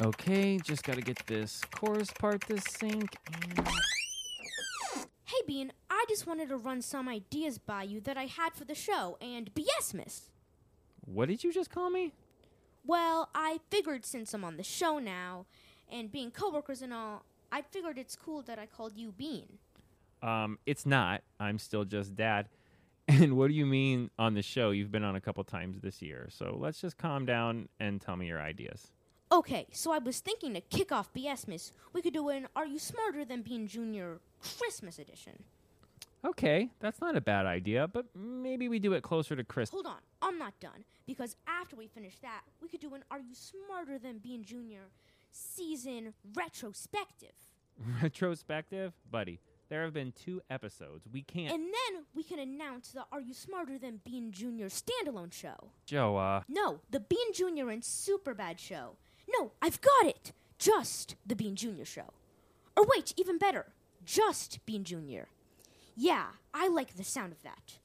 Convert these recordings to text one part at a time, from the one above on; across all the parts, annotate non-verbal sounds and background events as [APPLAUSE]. Okay, just gotta get this chorus part to sync. And... Hey, Bean, I just wanted to run some ideas by you that I had for the show and BS miss. What did you just call me? Well, I figured since I'm on the show now and being coworkers and all, I figured it's cool that I called you Bean. Um, it's not. I'm still just dad. [LAUGHS] And what do you mean on the show? You've been on a couple times this year, so let's just calm down and tell me your ideas. Okay, so I was thinking to kick off BS Miss. We could do an Are You Smarter Than Bean Junior Christmas edition. Okay, that's not a bad idea, but maybe we do it closer to Christmas. Hold on, I'm not done. Because after we finish that, we could do an Are You Smarter Than Bean Junior season retrospective. [LAUGHS] Retrospective, buddy. There have been two episodes. We can't. And then we can announce the Are You Smarter Than Bean Jr. standalone show. Joe, uh, No, the Bean Jr. and Superbad show. No, I've got it! Just the Bean Jr. show. Or wait, even better, just Bean Jr. Yeah, I like the sound of that.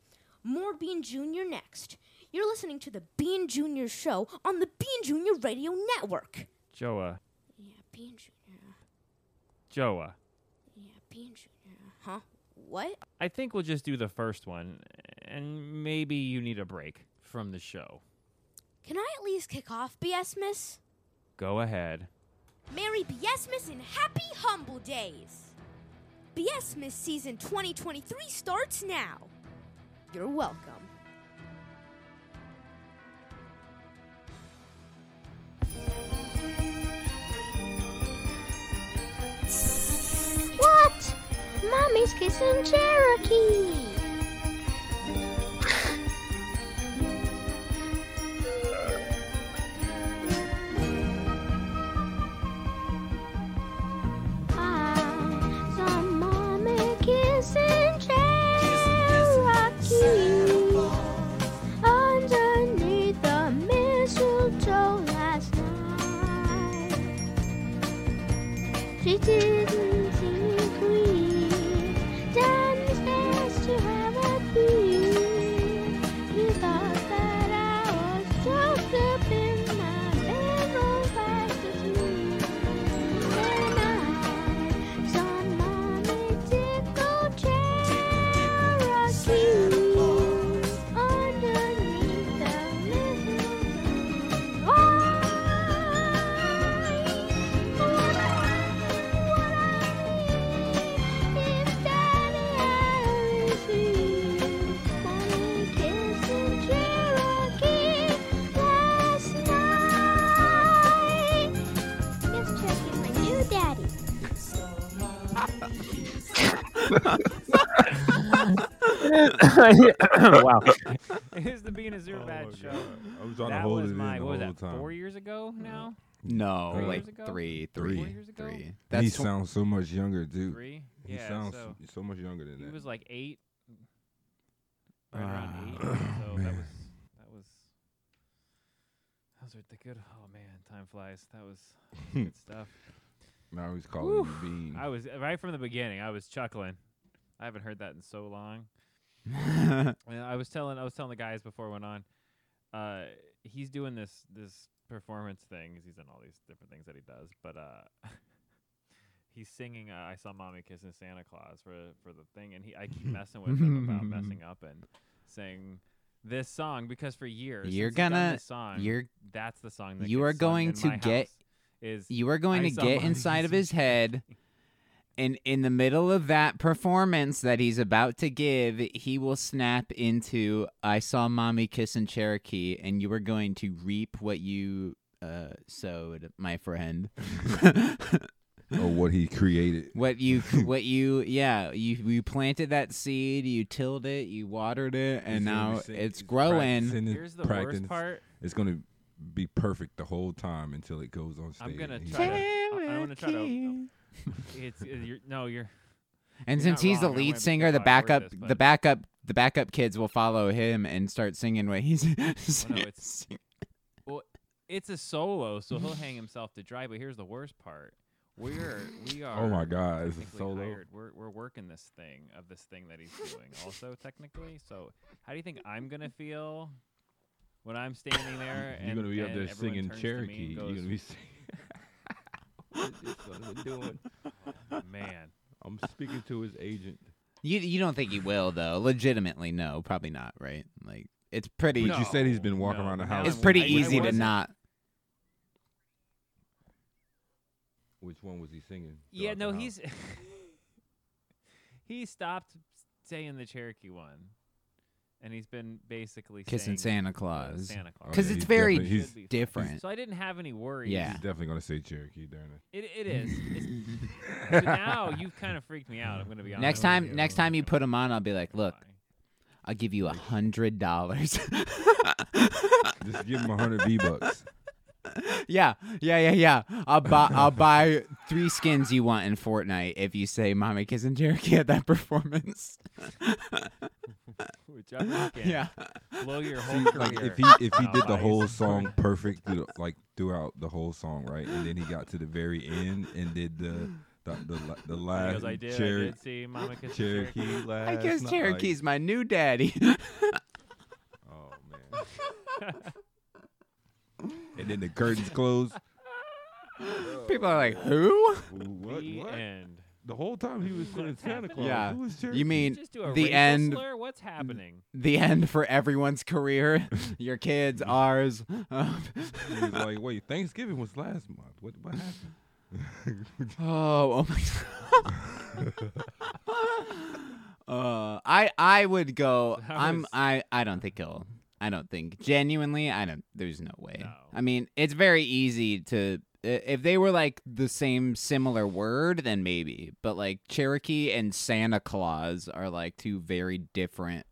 More Bean Jr. next. You're listening to the Bean Jr. show on the Bean Jr. Radio Network. Joe, uh, Yeah, Bean Jr. Joe, uh, Yeah, Bean Jr. Huh? What? I think we'll just do the first one, and maybe you need a break from the show. Can I at least kick off BS Miss? Go ahead. Merry Miss and happy humble days! Miss season 2023 starts now! You're welcome. What? Mommy's kissing Cherokee. Ah, some mommy kissing Cherokee underneath the mistletoe last night. She didn't agree. Damn, it's best to have a fee. He thought that I was just up in my bedroom fast asleep. Then I saw mommy tickle Cherokee underneath the mistletoe. wow. it is the Being a Oh, Zoo Bad show. I was trying to That hold was it my, in the what was whole that, time. four years ago now? No, Three like years ago? three, Three. three, Four years ago? three. he That's tw- sounds so much younger, dude. Three? He yeah, sounds so so, much younger than he that. was like eight. Right Ah, around eight. So that man. was, that was, those were the good, oh man, time flies. That was [LAUGHS] good stuff. now he's calling Whew. you Bean. I was right from the beginning. I was chuckling. I haven't heard that in so long. And I was telling I was telling the guys before I went on. Uh, he's doing this this performance thing. 'cause He's done all these different things that he does, but uh, [LAUGHS] he's singing. Uh, I saw mommy kissing Santa Claus for for the thing, and he I [LAUGHS] keep messing with him about messing up and saying this song because for years You're since he's done gonna- this song. You're that's the song that you gets are going sung in to my get- house is [LAUGHS] you are going I to saw get mommy inside of kissing his head, and in the middle of that performance that he's about to give, he will snap into "I saw mommy kissing Cherokee," and you are going to reap what you uh, sowed, my friend. [LAUGHS] or what he created. What you, what you, yeah, you you planted that seed, you tilled it, you watered it, and He's gonna be now sing- it's he's growing. practicing it, Here's the practicing. worst part. It's gonna be perfect the whole time until it goes on stage. I'm gonna He's try to. like, I, I want to try to. Cherokee. It's uh, you're, no, you're. And You're since not he's the wrong, I might lead be singer, wrong, I the wrote backup, this, the but- backup, the backup kids will follow him and start singing what he's. [LAUGHS] no, it's- It's a solo, so [LAUGHS] he'll hang himself to dry. But here's the worst part: we're we are. [LAUGHS] oh my god, it's a technically solo. hired. We're we're working this thing of this thing that he's doing, also technically. So how do you think I'm gonna feel when I'm standing there? You're and, [LAUGHS] gonna be up and there everyone singing turns to me Cherokee. and You're gonna goes, be [LAUGHS] singing. this son [LAUGHS] is doing? Man. I'm speaking to his agent. You you don't think he will though? Legitimately, no, probably not. Right? Like it's [LAUGHS] pretty. But you said he's been No, walking around the no. house. it's pretty I- I easy to wasn't. not. Which one was he singing? Yeah, throughout no, the house? he's [LAUGHS] he stopped saying the Cherokee one, and he's been basically Kissing saying, Santa uh, Claus. Santa [LAUGHS] Claus. Because yeah, it's he's very definitely- he's- Should be fine. different. So I didn't have any worries. Yeah. He's definitely gonna say Cherokee during it. it, it is. [LAUGHS] It's, but now you've kind of freaked me out. I'm gonna be honest. Next with time, you. next time you put him on, I'll be like, "Look, Fine. I'll give you a hundred dollars." [LAUGHS] Just give him [LAUGHS] a hundred V bucks. yeah, yeah, yeah, yeah. [LAUGHS] I'll buy, I'll buy three skins you want in Fortnite if you say "Mommy Kissing Cherokee" at that [LAUGHS] performance. Which I'm [LAUGHS] not getting. Yeah, blow your whole See, career. like if he if he Oh, did the nice. whole song perfect, through, the- like throughout the whole song, right, and then he got to the very end and did the the the, la- the last because I did, I Cher- did see Mama Kissing Cherokee Cherokee. last I guess night. Cherokee's my new daddy. [LAUGHS] Oh man. and then the curtains closed. People are like, "Who?" What? The what? end. The whole time he was What singing Santa happened? Claus. Yeah. Who was Cherokee? You mean Just do a the racial end? slur? What's happening? The end for everyone's career. Your kids, ours. Um, He was like, wait, Thanksgiving was last month. What what happened? Oh, oh my god. [LAUGHS] uh, I I would go. [LAUGHS] That I'm was- I I don't think he'll. I don't think genuinely. I don't. There's no way. No. I mean, it's very easy to. i- If they were like the same similar word, then maybe. But like Cherokee and Santa Claus are like two very different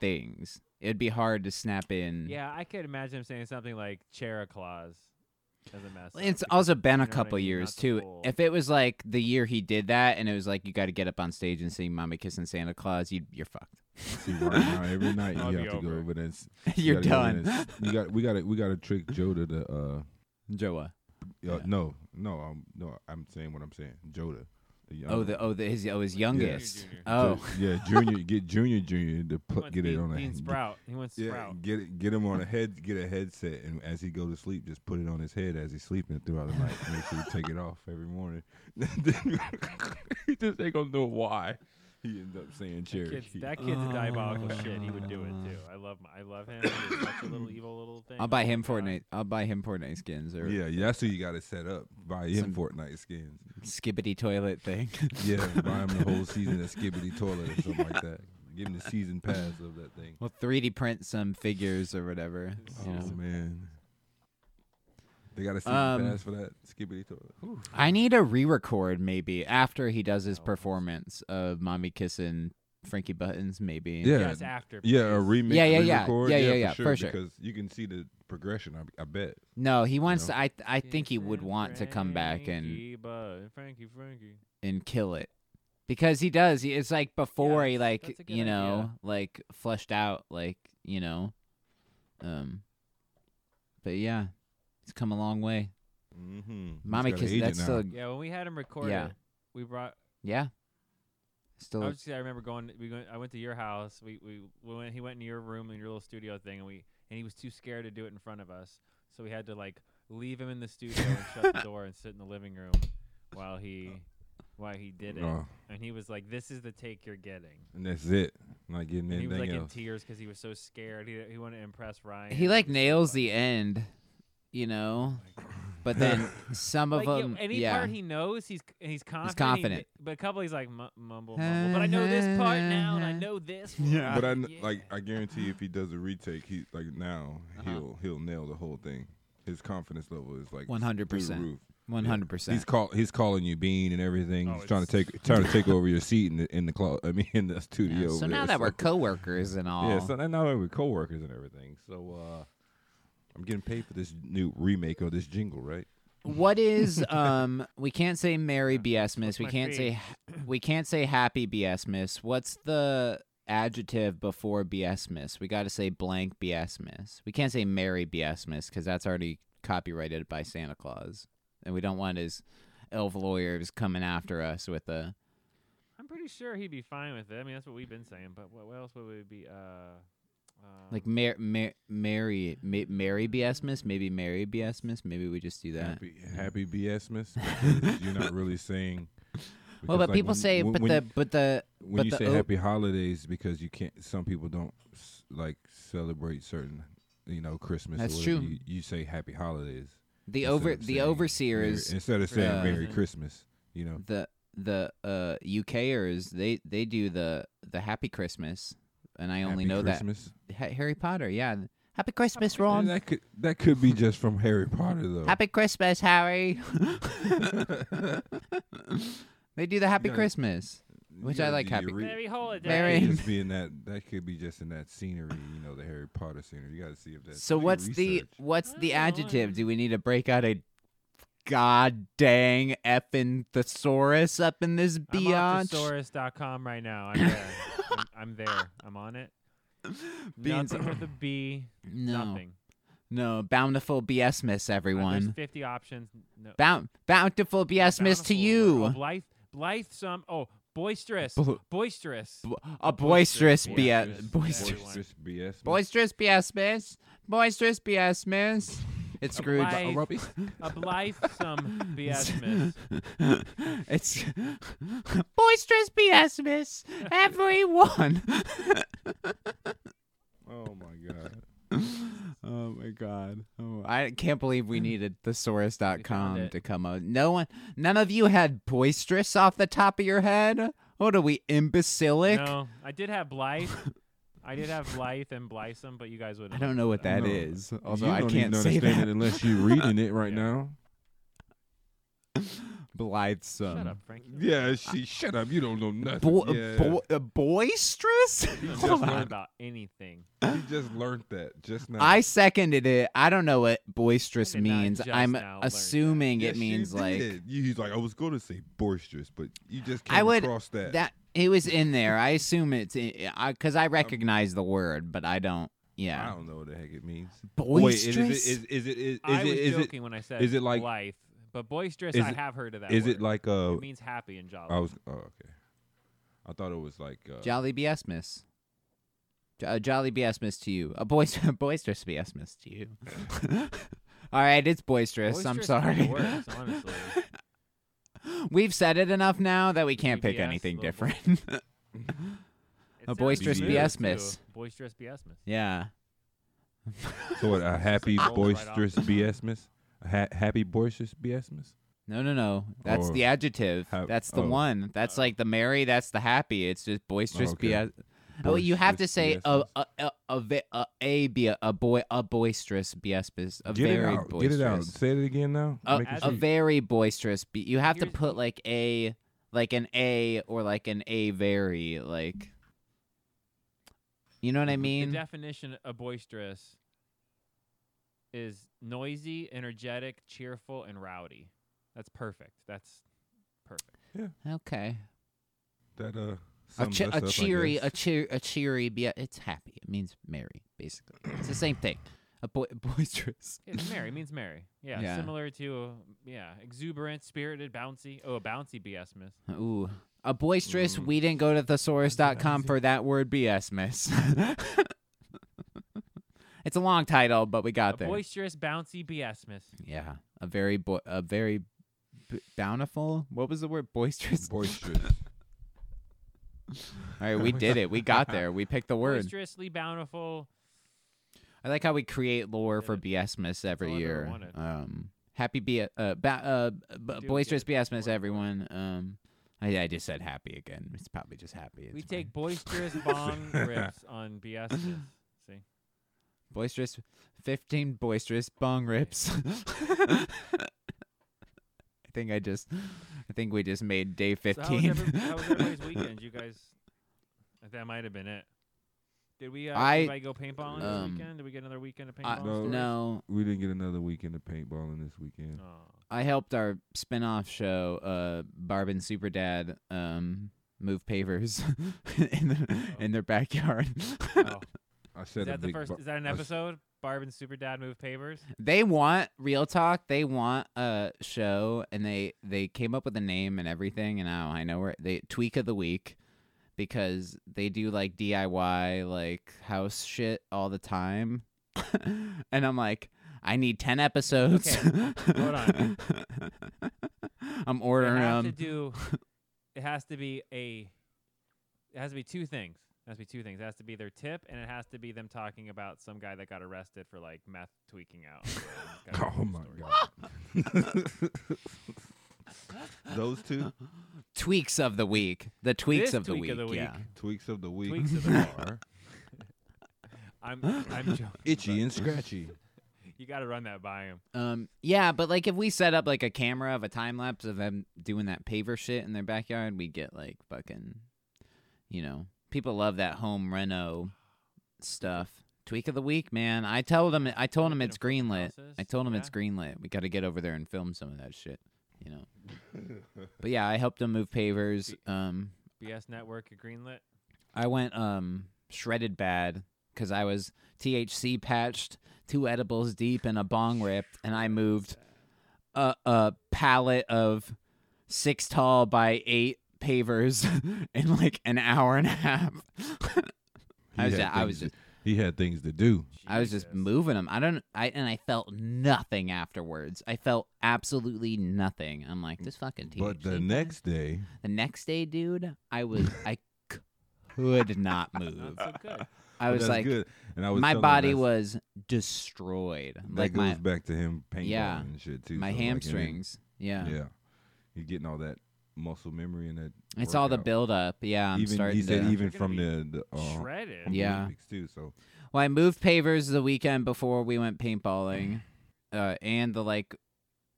things. It'd be hard to snap in. Yeah, I could imagine him saying something like Cheroclaws as a mess. up, It's because also been you a know what I couple mean? years Not the too. full- If it was like the year he did that, and it was like you got to get up on stage and sing "Mommy Kissing Santa Claus," you [LAUGHS] you're fucked. See, right now, every night I'll you be have to go over. over there. and s- you you're gotta go over [LAUGHS] done, there and s- You got we got to we got to trick Joda to uh, uh Joa. Yeah. no no um no I'm saying what I'm saying Joda. the young- Oh, the oh the his oh his Junior, youngest. junior. Oh, Ju- yeah junior get junior junior to He put wants get it Dean- on a Dean Sprout. He wants yeah Sprout. get it get him on a head get a headset and as he go to sleep just put it on his head as he's sleeping throughout the night make sure he take it off every morning. [LAUGHS] he just ain't gonna know why he ends up saying That Cherokee. kid's, that kid's a diabolical shit. He would do it too. I love my, I love him. He's such a little evil little thing. I'll buy Oh my him God. Fortnite. I'll buy him Fortnite skins or yeah, yeah, that's who you got to set up. Buy him Fortnite skins. skibbity toilet thing. [LAUGHS] Yeah, buy him the whole season of Skibbity Toilet or something like that. Give him the season pass of that thing. We'll 3D print some figures or whatever. Oh man, they got a season Um, pass for that Skibbity Toilet. Whew. I need a re-record maybe after he does Oh, his performance of "Mommy Kissing Frankie Buttons." Maybe. Yeah, uh, Yes, after. Yeah, a please. remix. Yeah, yeah, yeah. re-record. Yeah, yeah, yeah, for sure. Because you can see the progression. I, I bet. No, he wants. know? To, I I think he would Kissing want to come back and. Frankie, but Frankie, Frankie. and kill it because he does he, it's like before he that's- like that's a good you know idea. like fleshed out like you know um but yeah it's come a long way Mm-hmm. mommy kiss that's still Yeah, when we had him record Mm. Yeah. it, we brought. yeah I still was just, I remember going. We went, I went to your house. We we, we went, he went into your room in your little studio thing, and we and he was too scared to do it in front of us, so we had to like leave him in the studio and shut [LAUGHS] the door and sit in the living room while he while he did it. Oh. And he was like, "This is the take you're getting." and that's it. Not getting And he was anything like in else. tears because he was so scared. He he wanted to impress Ryan. he like was nails e-, the end you know [LAUGHS] but then some of Like, yeah, them any yeah part he knows, he's and he's confident. he kn- confident. but a couple, he's like mu- mumble, mumble. But I know this part now, and I know this. [LAUGHS] One. Yeah. But I kn- like I guarantee if he does a retake, he like now Uh-huh. he'll he'll nail the whole thing. His confidence level is like 100%. through the roof. 100% He's call he's calling you Bean and everything. Oh, he's trying to it's- [LAUGHS] take trying to take over your seat in the in the clo- I mean in the Yeah, studio. so over now there, that we're so- coworkers and all yeah, so now- now that we're coworkers and everything. So uh, I'm getting paid for this new remake of this jingle, right? [LAUGHS] What is um? We can't say Merry Miss. We my can't say ha- we can't say Happy Miss. What's the adjective before Miss? We got to say blank Miss. We can't say Merry Miss because that's already copyrighted by Santa Claus, and we don't want his elf lawyers coming after us with a. I'm pretty sure he'd be fine with it. I mean, that's what we've been saying. But what, what else would it be? Uh, Um, Oh. Like Mar- Mar- Mary, Ma- Mary Biasmus, maybe Mary Biasmus. Maybe we just do that. Happy, happy [LAUGHS] BSmas. because You're not really saying. Well, because, but like, people when- say, when- but when the but the when but you the say oat- happy holidays because you can't some people don't s- like celebrate certain you know christmas That's or whatever. true. You, you say happy holidays the instead over of the saying Merry- overseers, instead of saying uh, merry Mhm. christmas you know the the uh UKers, they they do the the Happy Christmas, and I only happy know christmas. that Ha- Harry Potter. Yeah, Happy Christmas, Ron. that could that could be just from harry potter though Happy Christmas, Harry. [LAUGHS] they do the Happy Yeah. Christmas. You which I gotta like do your happy- re- Merry holiday. Merry- It could just be in that that could be just in that scenery you know the harry potter scenery you gotta see if that's So do what's the research. what's the Oh, I adjective? don't Do we need to break out a god dang effing thesaurus up in this I'm on biatch? thesaurus.com right now. I'm there. I'm, [LAUGHS] I'm there. I'm on it. Beans- Nothing with a B. No, Nothing. no, bountiful biesmus, Uh, there's everyone. 50 options. No. Bount bountiful biesmus to Bountiful, you. Oh, blithe, blithesome. Oh, boisterous. Bo- boisterous. B- A boisterous boisterous bia biasmus. boisterous Boisterous BS. boisterous biesmus, boisterous biesmus. It's Scrooge. Oblige- A [LAUGHS] blithesome biasmus. [LAUGHS] it's boisterous biesmus, everyone. Oh my god. [LAUGHS] oh my god. Oh, I can't believe [LAUGHS] we needed We found thesaurus.com it. to come out. No one none of you had boisterous off the top of your head? What are we imbecilic? [LAUGHS] No, I did have [LAUGHS] blithe. I did have blithe and blithesome, but you guys wouldn't. I don't know what that No. is. Although you I don't can't even say understand that. it unless you're reading it right Yeah. now. Blithesome. Um, Shut up, [LAUGHS] Frank. Yeah, she shut up. You don't know nothing. Bo- yeah. bo- uh, boisterous? [LAUGHS] he I don't just know learned. about anything. He just learned that just now. I seconded it. I don't know what boisterous I did not means. just I'm now learn that. assuming Yes, it you means like did. You- he's like I was going to say boisterous, but you just came I would across that. that it was in there. I assume it's because I, 'cause Um, I recognize the word, but I don't. I Yeah, don't know what the heck it means. Wait, boisterous. is it is is it is, I it was is it joking when I said is it like- blithe, but boisterous. is I it- have heard of that. is it word. like uh It means happy in Java. I was oh okay. I thought it was like uh, Jolly Biesmus. Jo- a Jolly Biesmus to you. A boist- [LAUGHS] boisterous Biesmus to you. [LAUGHS] All right, it's boisterous. I'm Boisterous sorry. kinda [LAUGHS] works, honestly. [LAUGHS] We've said it enough now that we can't pick BBS, anything little boy. different. [LAUGHS] It A sounds boisterous familiar, too. biasmus. Boisterous biasmus. yeah. so what, a [LAUGHS] happy Rolls right boisterous off. BSmas? Ha- happy boisterous BSmas? No, no, no. That's Or the adjective. ha- that's the oh. one. That's like the merry. That's the happy. It's just boisterous. okay. Bias- oh, you have to Boisterous say a BSmas? a a a, ve- a, a, be- a boy a boisterous biaspis a Get it very out. Get boisterous it out. Say it again now. a, Make it a sweet. very boisterous. Be- you have to Here's- put like a like an a or like an a very like. You know what I mean? The definition of boisterous is noisy, energetic, cheerful, and rowdy. That's perfect. That's perfect. okay. that uh A, sums che- us a up, I cheery, guess. a cheer, a cheery. Be- it's happy. It means merry, basically. It's the same thing. A boy, boisterous. It's merry means [LAUGHS] merry. Yeah, Yeah. similar to uh, yeah, exuberant, spirited, bouncy. Oh, a bouncy BS miss. Ooh. A boisterous, Mm. we didn't go to thesaurus.com for that word BS, miss. [LAUGHS] it's a long title, but we got a there. boisterous, bouncy BS miss. yeah. A very, bo- a very b- bountiful. What was the word? Boisterous? boisterous. [LAUGHS] All right, we did it. We got there. We picked [LAUGHS] the word. Boisterously bountiful. I like how we create lore for BS, miss every all I've ever year. Oh, wanted. Um, happy B- uh, ba- uh, do b- get boisterous it. BS, miss Word. everyone. Um, I, I just said happy again. It's probably just happy. we It's fine. take [LAUGHS] boisterous bong rips on BS miss. See, boisterous 15 boisterous bong rips [LAUGHS] i think i just i think we just made day So how was, 15 every, how was [LAUGHS] everybody's weekend? You guys, that might have been it. Did we? Uh, I- did I go paintballing um, this weekend? Did we get another weekend of [LAUGHS] I- paintballing? No. stories? no we didn't get another weekend of paintballing this weekend. Oh. i helped our spin-off show uh barb and super dad um move pavers [LAUGHS] in, the, in their backyard [LAUGHS] [LAUGHS] Oh. I said Is a that the big first? bu- Is that an I s- episode? Barb and Super Dad move pavers. they want real talk they want a show and they they came up with a name and everything and now i know where they tweak of the week because they do like DIY like house shit all the time. [LAUGHS] and I'm like, I need 10 episodes. Okay, hold on. [LAUGHS] I'm ordering it has to them. [LAUGHS] do. It has to be a. It has to be two things. It has to be two things. It has to be their tip, and it has to be them talking about some guy that got arrested for like meth tweaking [LAUGHS] out. and he's got a Oh whole story. my god. [LAUGHS] Those two tweaks of the week. The tweaks This of the, tweak week, of the Yeah. week. tweaks of the week Tweaks of the [LAUGHS] week. are [LAUGHS] I'm I'm joking. itchy but and scratchy. You got to run that by him. Um, yeah, but like if we set up like a camera of a time lapse of them doing that paver shit in their backyard, we get like fucking, you know, people love that home reno stuff. Tweak of the week, man. I told them. I told them Tweaking it's a fucking greenlit. I process, told them yeah. it's greenlit. We got to get over there and film some of that shit, you know. but yeah, I helped them [LAUGHS] move pavers. Um, BS Network at Greenlit. I went um shredded bad because I was THC patched, two edibles deep, and a bong ripped, and I moved a a pallet of six tall by eight pavers [LAUGHS] in like an hour and a half. [LAUGHS] I was He had ju- I was things just- to- he had things to do. I was just Jesus. moving them. I don't. I and I felt nothing afterwards. I felt absolutely nothing. I'm like this fucking THC. But the patch. next day, the next day, dude, I was I could not Not move. so good. [LAUGHS] I was that's like, good. And I was my telling him body that's- was destroyed. that like goes my back to him paintballing Yeah. and shit too. so, my like, it is- hamstrings. yeah. yeah, you're getting all that muscle memory and that. it's all the workout. build up. Yeah, I'm even starting he said to. even You're from gonna the, the uh, Shredded. from the Yeah. Olympics, too. So well, I moved pavers the weekend before we went paintballing, uh, and the like,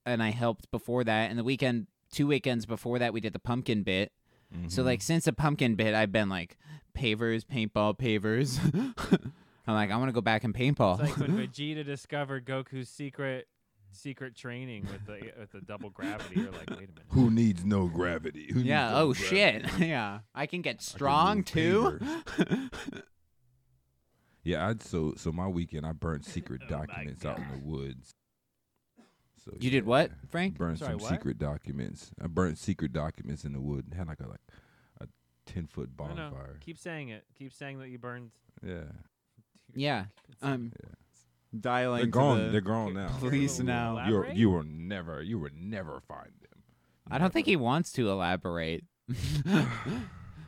and I helped before that. And the weekend, two weekends before that, we did the pumpkin bit. So mhm. like since the pumpkin bit, I've been like pavers, paintball, pavers. [LAUGHS] I'm like, I want to go back and paintball. It's like [LAUGHS] when Vegeta discovered Goku's secret secret training with the with the double gravity. You're like, wait a [LAUGHS] minute. who needs no gravity? Who needs yeah. no Oh gravity? shit. [LAUGHS] yeah. I can get strong move too. [GASPS] [LAUGHS] Yeah, I'd so so my weekend I burnt secret Oh my documents out in the woods. So you did yeah, what, Frank? Burned Sorry, some what? secret documents. I burnt secret documents in the wood and had like a like a ten foot No, no. bonfire. Keep saying it. Keep saying that you burned. Yeah, Yeah. Uh, I'm Um, dialing. they're to gone. the- they're gone now. police You will- now. You will- Elaborate? you will never you will never find them. I don't think he wants to elaborate. [LAUGHS]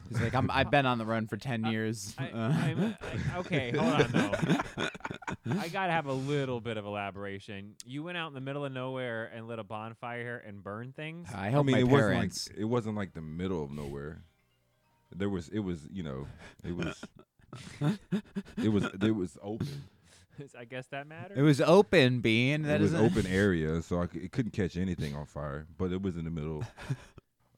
He's like, I'm, I've been on the run for ten I- years. [LAUGHS] I, Uh, I'm, I, okay, hold on though. [LAUGHS] I gotta have a little bit of elaboration. You went out in the middle of nowhere and lit a bonfire and burned things. I I hope mean, my it parents. wasn't like it wasn't like the middle of nowhere. There was it was you know it was it was it was open. [LAUGHS] I guess that matters. it was open, being [LAUGHS] that it was isn't- open area, so I c- it couldn't catch anything on fire. But it was in the [LAUGHS] middle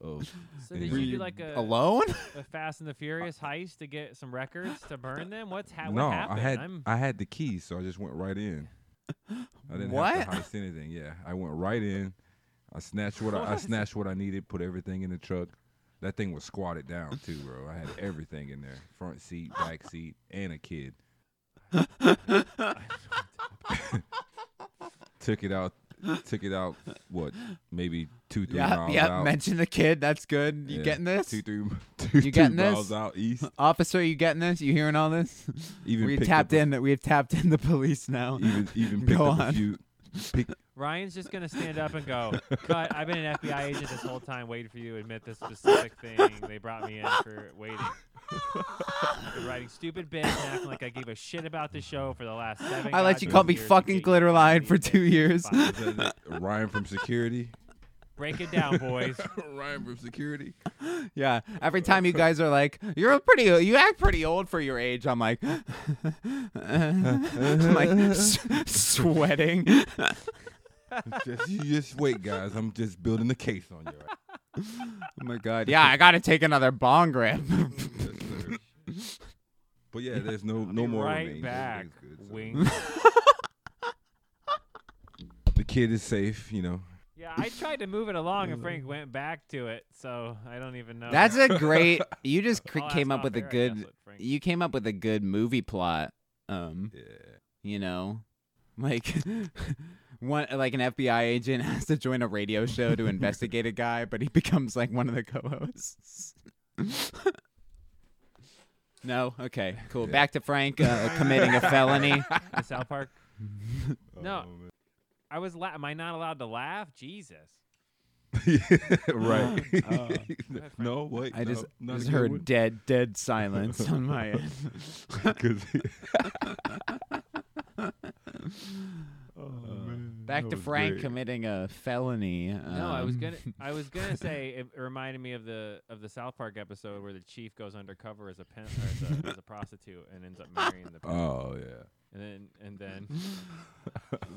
of so did Were you you do like a, [LAUGHS] alone. a Fast and the Furious heist to get some records to burn them? What's ha- no. what happened? I had I'm, I had the key, so I just went right in. I didn't What? have to heist anything. Yeah, I went right in. I snatched what, I, I What? snatched what I needed. Put everything in the truck. That thing was squatted down too, bro. I had everything in there: front seat, back seat, and a kid. [LAUGHS] took it out. Took it out. What? Maybe two, three Yeah, miles yeah. out. Mention the kid. That's good. You Yeah, getting this, Two, three, [LAUGHS] two, You getting three miles this? out east. officer? You getting this? You hearing all this? [LAUGHS] Even we picked tapped up a- in. that we have tapped in the police now. even even Go picked up on. a few. Pick, Ryan's just gonna stand up and [LAUGHS] go, "Cut! I've been an FBI agent this whole time, waiting for you to admit this specific thing. They brought me in for [LAUGHS] waiting. I've been writing stupid bits and acting like I gave a shit about the show for the last seven. I [LAUGHS] let you goddamn call me years to fucking get you Glitter to Lion these for things. two years. [LAUGHS] Fine. Ryan from [LAUGHS] security. Break it down, [LAUGHS] boys. [LAUGHS] Ryan from security. [LAUGHS] Yeah. [LAUGHS] Every time you guys are like, "You're pretty. You act pretty old for your age." I'm like, [LAUGHS] I'm like s- sweating. just, you just wait, guys. I'm just building the case on you. [LAUGHS] Oh my god. Yeah, I gotta take another bong grip. Yes, sir. [LAUGHS] but yeah, there's no I'll no be more right remains. back. Everything's good, so. [LAUGHS] Wink. The kid is safe, you know. Yeah, I tried to move it along, and Frank went back to it. So I don't even know. That's a great. [LAUGHS] You just cr- I'll came ask up with a off air, I guess, good. what Frank- You came up with a good movie plot. Um, Yeah. you know, like. [LAUGHS] One like an FBI agent [LAUGHS] has to join a radio show [LAUGHS] to investigate a guy, but he becomes like one of the co-hosts. [LAUGHS] No. Okay. Cool. Yeah. Back to Frank uh, committing a felony. The South Park. No. Oh, man. I was. La- am I not allowed to laugh? Jesus. [LAUGHS] [LAUGHS] right. Oh, [LAUGHS] no, wait. I just, no, just heard dead, dead silence on [LAUGHS] my end. [LAUGHS] Because Oh, Uh, Back to Frank committing a felony. No, I was um, gonna. I was [LAUGHS] gonna say it reminded me of the of the South Park episode where the chief goes undercover as a pen, or as, a, as a prostitute and ends up marrying [LAUGHS] the Oh yeah. and then and then,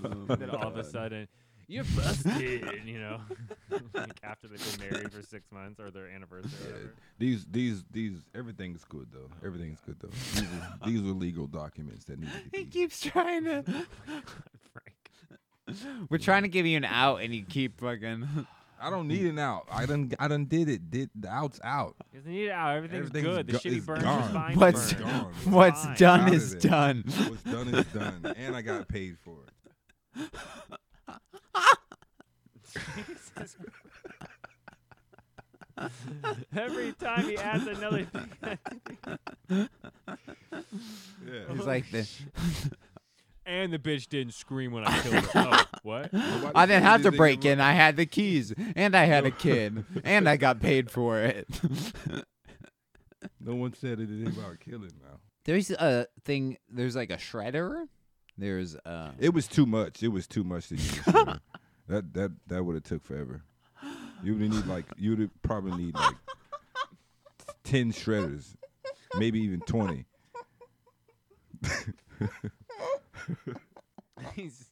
[LAUGHS] and then all of a sudden you're busted. you know, [LAUGHS] like after they've been married for six months or their anniversary. or whatever. These these these everything's good though. Everything's good though. These are, [LAUGHS] these are legal documents that need to He be. keeps [LAUGHS] trying to. Frank. We're trying to give you an out, and you keep fucking. [LAUGHS] I don't need an out. I done I done did it. Did the out's out. Because they need it out. Everything's, Everything's good. The go- shit he is burns gone. is fine. What's to burn. Gone. [LAUGHS] what's Fine. done Outta is there. done. What's done is done, and I got paid for it. Jesus Christ. Every time he adds another thing. Yeah. He's like [LAUGHS] the. and the bitch didn't scream when I killed her. Oh, what? I didn't have to break in. I had the keys, and [LAUGHS] I had a kid, and I got paid for it. [LAUGHS] No one said anything about killing. Now there's a thing. There's like a shredder. There's uh. it was too much. It was too much to use. man. that that that would have took forever. You would need like you would probably need like ten shredders, maybe even twenty. [LAUGHS] He's,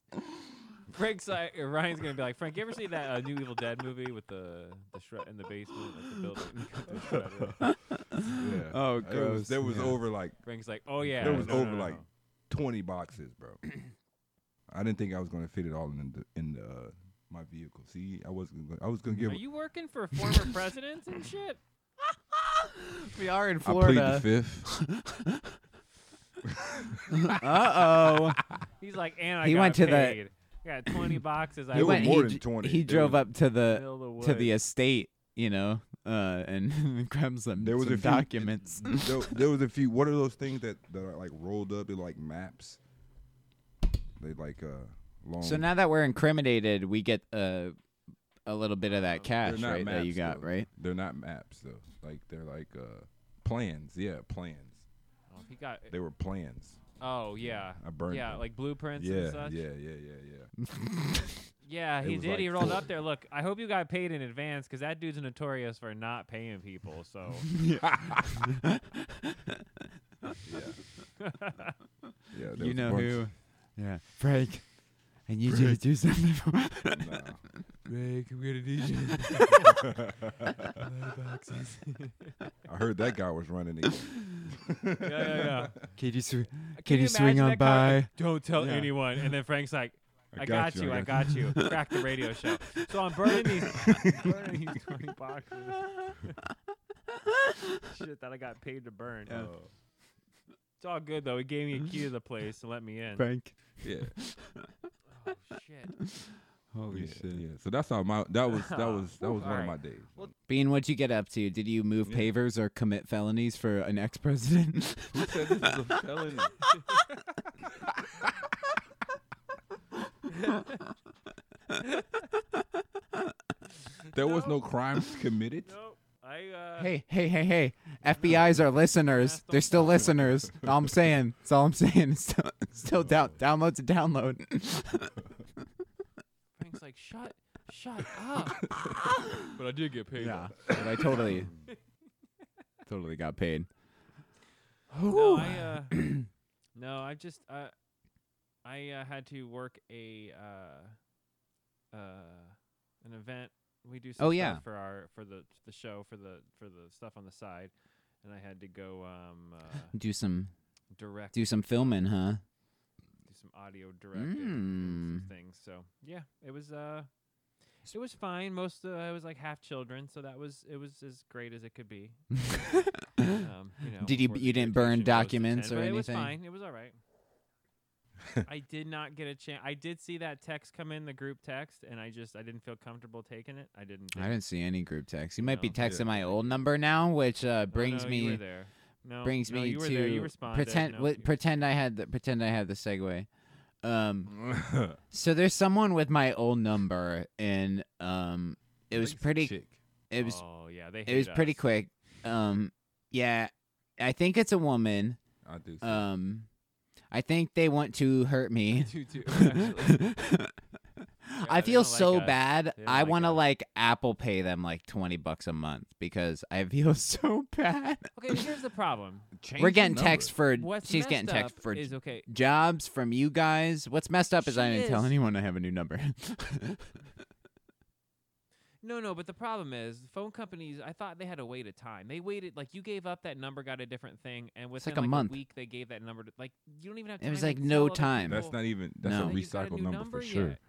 Frank's like, or Ryan's gonna be like, Frank, you ever see that uh, New Evil Dead movie with the the shred in the basement, like the building? [LAUGHS] the shredder? Yeah. Oh, There was, Uh, there was gross. Yeah. over like Frank's like, oh yeah, there was no, no, over no, like no. twenty boxes, bro. [CLEARS THROAT] I didn't think I was gonna fit it all in the in the, uh, my vehicle. See, I wasn't. Gonna, I was gonna give. Are you working for former presidents and shit? We are in I plead the Florida. [LAUGHS] fifth. [LAUGHS] Uh oh. He's like, and I He got went to the- paid. I got twenty boxes. I There were went more he, than dr- 20. He There drove was- up to in the the middle of to the woods. estate, you know, uh, and [LAUGHS] grabbed some, There was some a few- documents. there, there was a few. What are those things that, that are like rolled up in like maps? They like uh long. [LAUGHS] so now that we're incriminated, we get a a little bit of that cash, not right? That you maps, got, though. [LAUGHS] right? they're not maps though. Like they're like uh plans. Yeah, plans. Oh, he got. They were plans. Oh yeah. I burned Yeah, them. like blueprints Yeah, and such. yeah, yeah, [LAUGHS] yeah, Yeah, It he was did. like he [LAUGHS] rolled four. up there. Look, I hope you got paid in advance because that dude's notorious for not paying people. So [LAUGHS] [LAUGHS] yeah. yeah. yeah there You was a know bunch. who? Yeah, Frank. I need you to do something for Nah. I heard that guy was running again. yeah, yeah, [LAUGHS] yeah. [LAUGHS] Can you, sw- can Can you swing imagine on that cop- by? Don't tell Yeah. anyone. And then Frank's like, [LAUGHS] I, got, you, I got [LAUGHS] you. Crack the radio show. So I'm burning [LAUGHS] these, I'm burning these twenty boxes. [LAUGHS] Shit that I got paid to burn. Oh. It's all good though. He gave me a key to the place to let me in. Frank. [LAUGHS] Yeah. Oh shit. Holy yeah, yeah. So that's how my that was [LAUGHS] that was that was one Alright. of my days. Bean, what'd you get up to? Did you move Yeah. pavers or commit felonies for an ex-president? [LAUGHS] [LAUGHS] Who said this is a [LAUGHS] felony? there was no crimes committed. Nope. I uh. hey, hey, hey, hey! FBI's are listeners. That's They're not- still listeners. All I'm saying. That's all I'm saying. [LAUGHS] It's Still, it's still down, download to download. Frank's like, shut, shut [LAUGHS] up. but I did get paid. yeah, but I totally, totally got paid. No, I, uh, [CLEARS THROAT] no, I just, uh, I uh, had to work a, uh, uh, an event. We do some Oh, stuff yeah. for our for the the show for the for the stuff on the side, and I had to go um uh, Do some, direct [LAUGHS] do some filming, huh? do some audio directed and some Mm. things. So yeah, it was uh, it was fine. Most uh, I was like half children, so that was it was as great as it could [LAUGHS] be. um, you know, Did you- before you the didn't burn expectation goes to 10, documents or but It was anything? fine. It was all [LAUGHS] right. I did not get a chance. I did see that text come in the group text, and I just I didn't feel comfortable taking it. I didn't. I think- didn't see any group text. You might be No. texting Yeah. my old number now, which uh, Oh, brings no, you were me there. No, brings no, me you were to there, you responded, pretend no, wi- you- pretend I had the pretend I had the segue. Um, Mm. Like so there's someone with my old number, and um, it was some pretty. chick. It was Oh yeah, they. it was hate [LAUGHS] pretty us. quick. Um, yeah, I think it's a woman. I do. see. Um, I think they want to hurt me. [LAUGHS] Two, two, actually. I they feel don't like so us. bad. They don't I like want to us. like Apple Pay them like twenty bucks a month because I feel [LAUGHS] so bad. okay, but here's the problem. Change We're the getting number. text for What's she's getting messed text up for is okay. jobs from you guys. What's messed up is I She didn't tell is- anyone I have a new number. [LAUGHS] No, no, but the problem is phone companies. I thought they had a wait a time. They waited like you gave up that number, got a different thing, and within like a month. week they gave that number. To, like you don't even have. It was time like to tell no other time. people That's not even. That's No. a that you got a recycled new number, for sure. yet.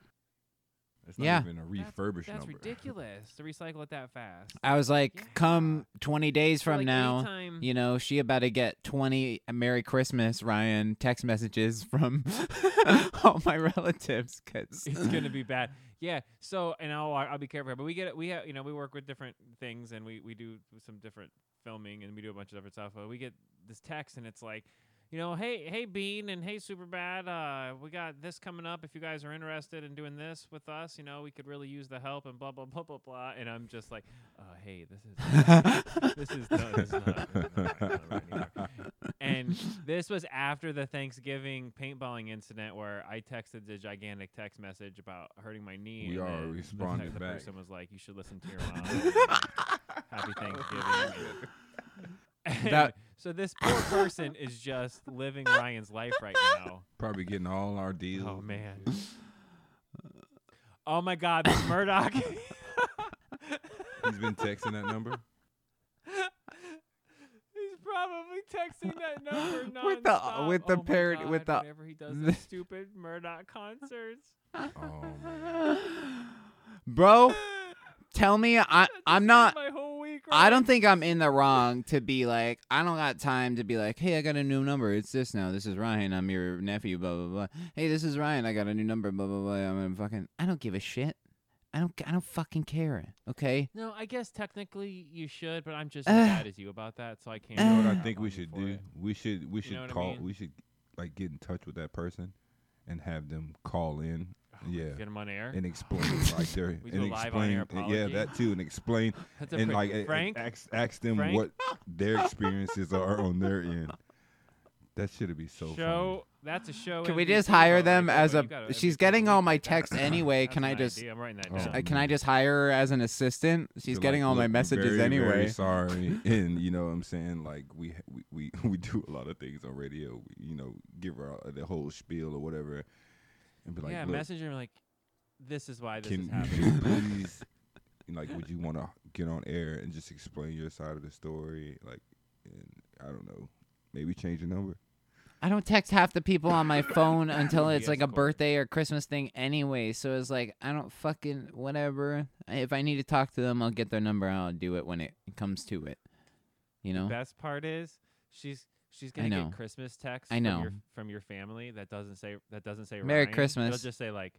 It's not Yeah. even a That's- refurbished That's number. [LAUGHS] ridiculous to recycle it that fast. I was like, Yeah. come twenty days So, from like, now. anytime- You know, she about to get 20 Merry Christmas, Ryan, text messages from [LAUGHS] all my relatives. [LAUGHS] Cause [LAUGHS] it's gonna be bad. Yeah. So, and I'll I'll be careful, here, but we get we have you know we work with different things, and we we do some different filming, and we do a bunch of different stuff. But we get this text, and it's like, you know, hey hey Bean and hey Superbad, uh, we got this coming up. If you guys are interested in doing this with us, you know, we could really use the help, and blah blah blah blah blah. And I'm just like, uh, hey, this is [LAUGHS] this is done. It's not, it's not, it's not right anymore. And [LAUGHS] this was after the Thanksgiving paintballing incident where I texted a gigantic text message about hurting my knee. We and are then the responding te- the back. person was like, "You should listen [LAUGHS] to your mom." Happy Thanksgiving. And That- [LAUGHS] so this poor person is just living Ryan's life right now. Probably getting all our [LAUGHS] deals. Oh man. Oh my God, this [LAUGHS] Murdoch. [LAUGHS] He's been texting that number. [LAUGHS] He's probably texting that number [LAUGHS] With the- uh, nonstop. with the oh my parody- God, with the- whenever he does [LAUGHS] the stupid Murdoch concerts. Oh man. Bro, tell me I, That Oh, I'm just not made My whole week. I right? don't think I'm in the wrong to be like, I don't got time to be like, hey, I got a new number. It's this now. This is Ryan. I'm your nephew, blah, blah, blah. Hey, this is Ryan. I got a new number, blah, blah, blah. I'm a fucking, I don't give a shit. I don't, I don't fucking care. Okay? No, I guess technically you should, but I'm [SIGHS] just Ugh. as bad as you about that, so I can't. You know You know really what I crap think on we you should for [SIGHS] do? it. We should we should know what I call mean? we should like get in touch with that person and have them call in. yeah. Get him on air. And explain like they're [LAUGHS] We do and a live explain on-air and yeah apology. that too [LAUGHS] and explain That's a and pre- like a- a- Frank. ask, ask them Frank? [LAUGHS] what their experiences are on their end. That should be so show. That's a show. Can we MVP, just bro, hire them like, as you a? gotta- She's every single getting all week my like that. texts anyway. [LAUGHS] That's Can I an just? idea, I'm writing that Oh. down. uh, Can I just hire her as an assistant? She's to, getting like, all my look, we're messages very, Very anyway. sorry, [LAUGHS] and you know what I'm saying like we we we, [LAUGHS] we do a lot of things on radio. We, you know, give her uh, the whole spiel or whatever, and be like, yeah, look, message her like, this is why this is can happening. you [LAUGHS] please, like, would you want to get on air and just explain your side of the story? Like, and I don't know, maybe change the number. I don't text half the people on my [COUGHS] phone until it's Yes, like a of course. birthday or Christmas thing anyway. So it's like I don't fucking whatever. If I need to talk to them, I'll get their number. and I'll do it when it comes to it. You know. Best part is she's she's I gonna know. get Christmas texts. I from your, know. from your family that doesn't say that doesn't say Merry Ryan. Christmas. They'll just say like.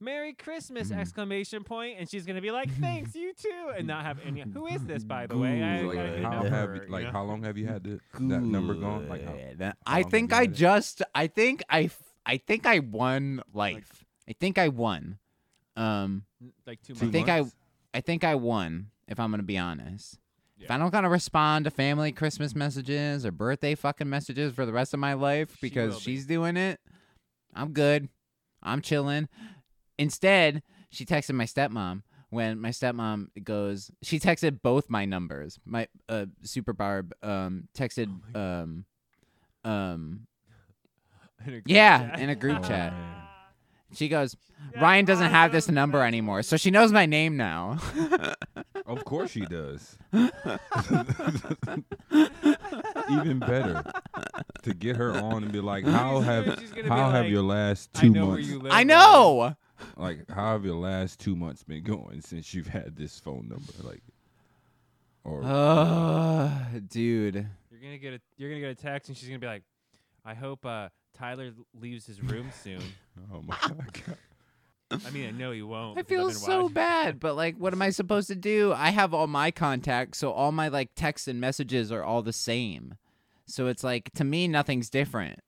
Merry Christmas! Mhm. Exclamation point, and she's gonna be like, "Thanks, you too," and not have any. Who is this, by the way? I Like, got a new how, number, have, you like know? how long have you had the, that number gone? Like, how, Good. I long think have you I had it? just. I think I. f- I think I won life. I think I won. Um. N- like two two months. I think I- months? I think I won, if I'm gonna be honest. If Yeah. I don't gotta respond to family Christmas messages or birthday fucking messages for the rest of my life She because will be. she's doing it, I'm good. I'm chilling. Instead, she texted my stepmom when my stepmom goes she texted both my numbers. My uh super barb um texted um um [LAUGHS] In a group Yeah, chat. in a group Oh, [LAUGHS] chat. man. She goes, That's Ryan doesn't have this awesome. number That's anymore, so she knows my name now. Of course she does. [LAUGHS] Even better to get her on and be like, how She's have gonna- she's gonna be how have like, your last I two know where months you live. I Ryan." know. like how have your last two months been going since you've had this phone number like or Oh, dude. You're gonna get a you're gonna get a text, and she's gonna be like, "I hope uh, Tyler leaves his room soon." oh my god I mean, I know he won't. because I I've feel been so watching. bad, but like, what am I supposed to do? I have all my contacts, so all my like texts and messages are all the same. So it's like to me, nothing's different.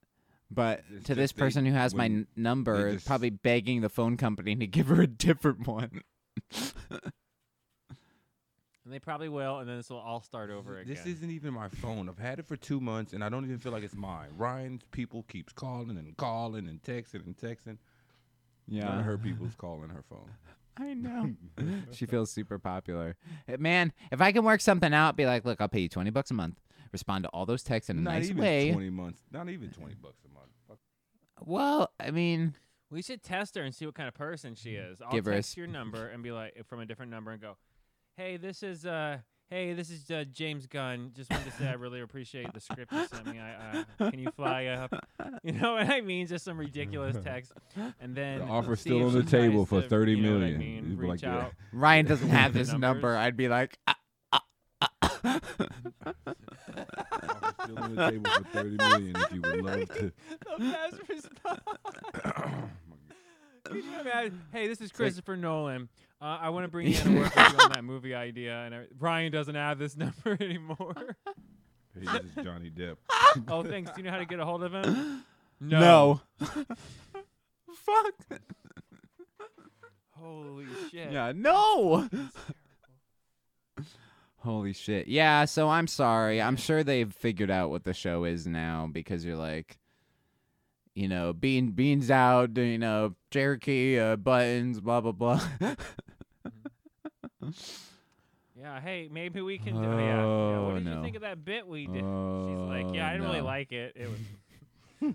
But It's to this just they- person who has my when n- number, it's just- probably begging the phone company to [LAUGHS] give her a different one. And they probably will, and then this will all start over again. [LAUGHS] This isn't even my phone. I've had it for two months, and I don't even feel like it's mine. Ryan's people keeps calling and calling and texting and texting. None of her people's calling her phone. [LAUGHS] I know. she feels super popular. Eh, Man, if I can work something out, be like, look, I'll pay you twenty bucks a month. Respond to all those texts in a not nice even way. twenty months. Not even twenty bucks a month. Fuck. Well, I mean, We should test her and see what kind of person she Mm-hmm. is. I'll Give her a text s- your number and be like from a different number and go, "Hey, this is uh, hey, this is uh, James Gunn. Just wanted to say I really appreciate the script you sent me. I, uh, can you fly up? [LAUGHS] You know what I mean? Just some [LAUGHS] ridiculous text, and then The offer's see still if on she the tries table for to, thirty you know what million. I mean, You'd be reach yeah. out. Ryan doesn't have The this numbers. number. I'd be like, uh." "Ah, offer's still on the table for [LAUGHS] thirty million. If you would love to. The best response. Could you imagine? Hey, this is Christopher Nolan. Uh, I want to [LAUGHS] bring you in and work with you on that movie idea. And I, Ryan doesn't have this [LAUGHS] number anymore. Hey, this is Johnny Depp. oh, thanks. Do you know how to get a hold of [GASPS] him? [LAUGHS] Fuck. Holy shit. Yeah, no. Holy shit. Yeah, so I'm sorry. I'm sure they've figured out what the show is now because you're like, you know, bean beans out, you know, Cherokee uh, buttons, blah blah blah. [LAUGHS] Yeah. Hey, maybe we can. do yeah, yeah. Oh, What did no. you think of that bit we did? She's like, yeah, I Oh, didn't really no. like it. It was.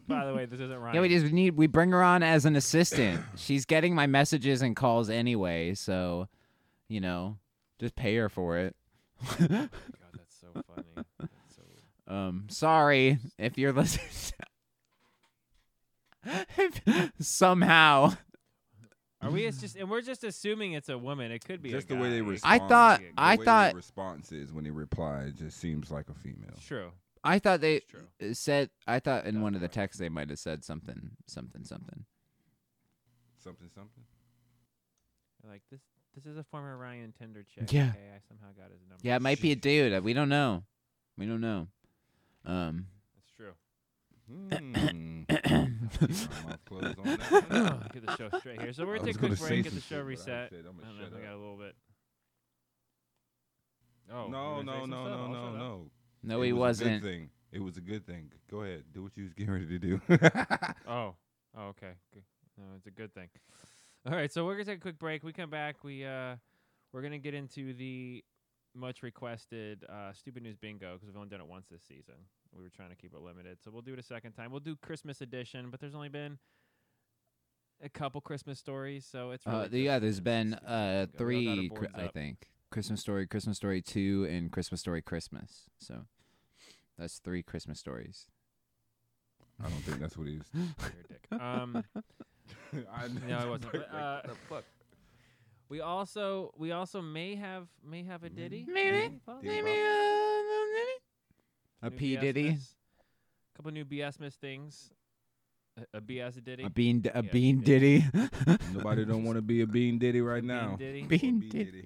[LAUGHS] By the way, this isn't Ryan. yeah, we just need we bring her on as [CLEARS THROAT] an assistant. She's getting my messages and calls anyway, so you know, just pay her for it. [LAUGHS] God, that's so funny. That's so. Um, sorry if you're listening. if [LAUGHS] somehow, Are we? It's just, and we're just assuming it's a woman. It could be a Just the way they guy. respond. I thought The I the way thought their response is when they reply it just seems like a female. It's true. I thought they It's true. uh, said I thought in That's one of the right. texts they might have said something something something. Something, something. They're like this. This is a former Ryan Tinder chick. Yeah. Okay, I somehow got his number. Yeah, it might be a dude. uh, We don't know. We don't know. Um, That's true. [COUGHS] Hmm. My mouth closed on that [LAUGHS] one. get the show straight here. So we're I gonna take was a gonna quick say break. Get some the shit, show but I reset. said I'ma I don't know, shut we up. got a little bit. Oh you No, were gonna say no, some no, stuff? I'll no, shut no, up. no. no, It he was A wasn't. good thing. It was a good thing. Go ahead, do what you was getting ready to [LAUGHS] do. [LAUGHS] Oh. Oh, okay. Good. No, it's a good thing. All right, so we're gonna take a quick break. We come back. We uh, we're gonna get into the much requested uh, stupid news bingo because we've only done it once this season. We were trying to keep it limited, so we'll do it a second time. We'll do Christmas edition, but there's only been a couple Christmas stories, so it's really Uh, the, yeah, just there's a been stupid bingo. We uh all got our three, cri- boards I up. think. Christmas Story, Christmas Story Two, and Christmas Story Christmas. So that's three Christmas stories. I don't think that's what he was. You're a dick. Um, [LAUGHS] I [LAUGHS] No, it wasn't, but, uh, what the fuck? [LAUGHS] we also we also may have may have a ditty. Maybe. Possibly. Mm-hmm. Maybe, A New P BS Diddy, miss. couple new BS miss things. A, a BS Diddy. a Bean, D- a Yeah, Bean Diddy. Diddy. [LAUGHS] [LAUGHS] Nobody don't want to be a Bean Diddy right Bean now. Diddy. Bean Or Diddy.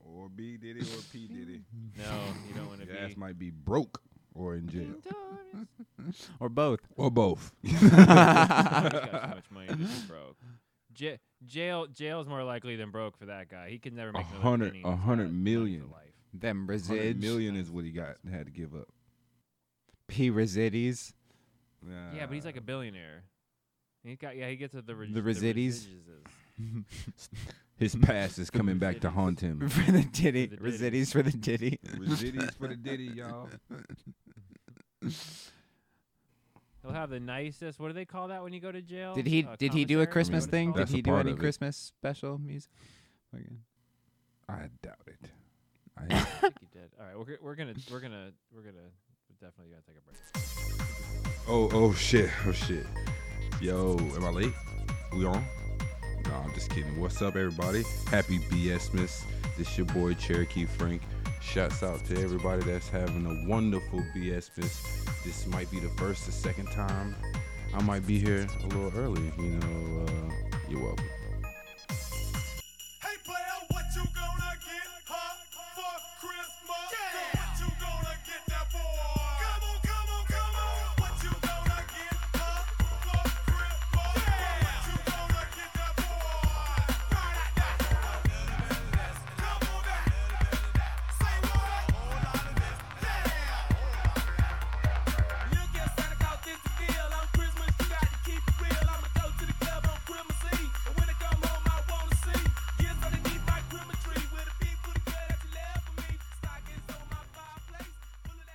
Or B Diddy or P Diddy. No, you don't [LAUGHS] want to Your ass be. might be broke or in jail. [LAUGHS] or [LAUGHS] both. Or both. He's got too [LAUGHS] much money to be broke. Ja jail, jail's more likely than broke for that guy. He can never make another hundred- penny. a He's got hundred money for million. life. [LAUGHS] Them A resids. million is what he got had to give up. P residis. Yeah, but he's like a billionaire. He got yeah. He gets the re- The residies. residues. [LAUGHS] his past is coming back to Residues. haunt him. for the Diddy. the Diddy. Residies for the Diddy. [LAUGHS] Residues for the Diddy, y'all. He'll have the nicest. What do they call that when you go to jail? Did he Uh, did he do a commissary? Christmas What it's thing? called? Did That's a he do part any of it. Christmas special music? Okay. I doubt it. I, I think he did. All right, we're g- we're gonna we're gonna we're gonna we're definitely gonna take a break. oh, oh shit, oh shit. Yo, am I late? We on? No, I'm just kidding. What's up, everybody? Happy BSmas. This your boy Cherokee Frank. Shouts out to everybody that's having a wonderful BSmas. This might be the first or second time. I might be here a little early. You know, uh, you're welcome. Hey player, what you gonna get huh, for Christmas? Yeah. What you gonna get that boy? Come on, come on, come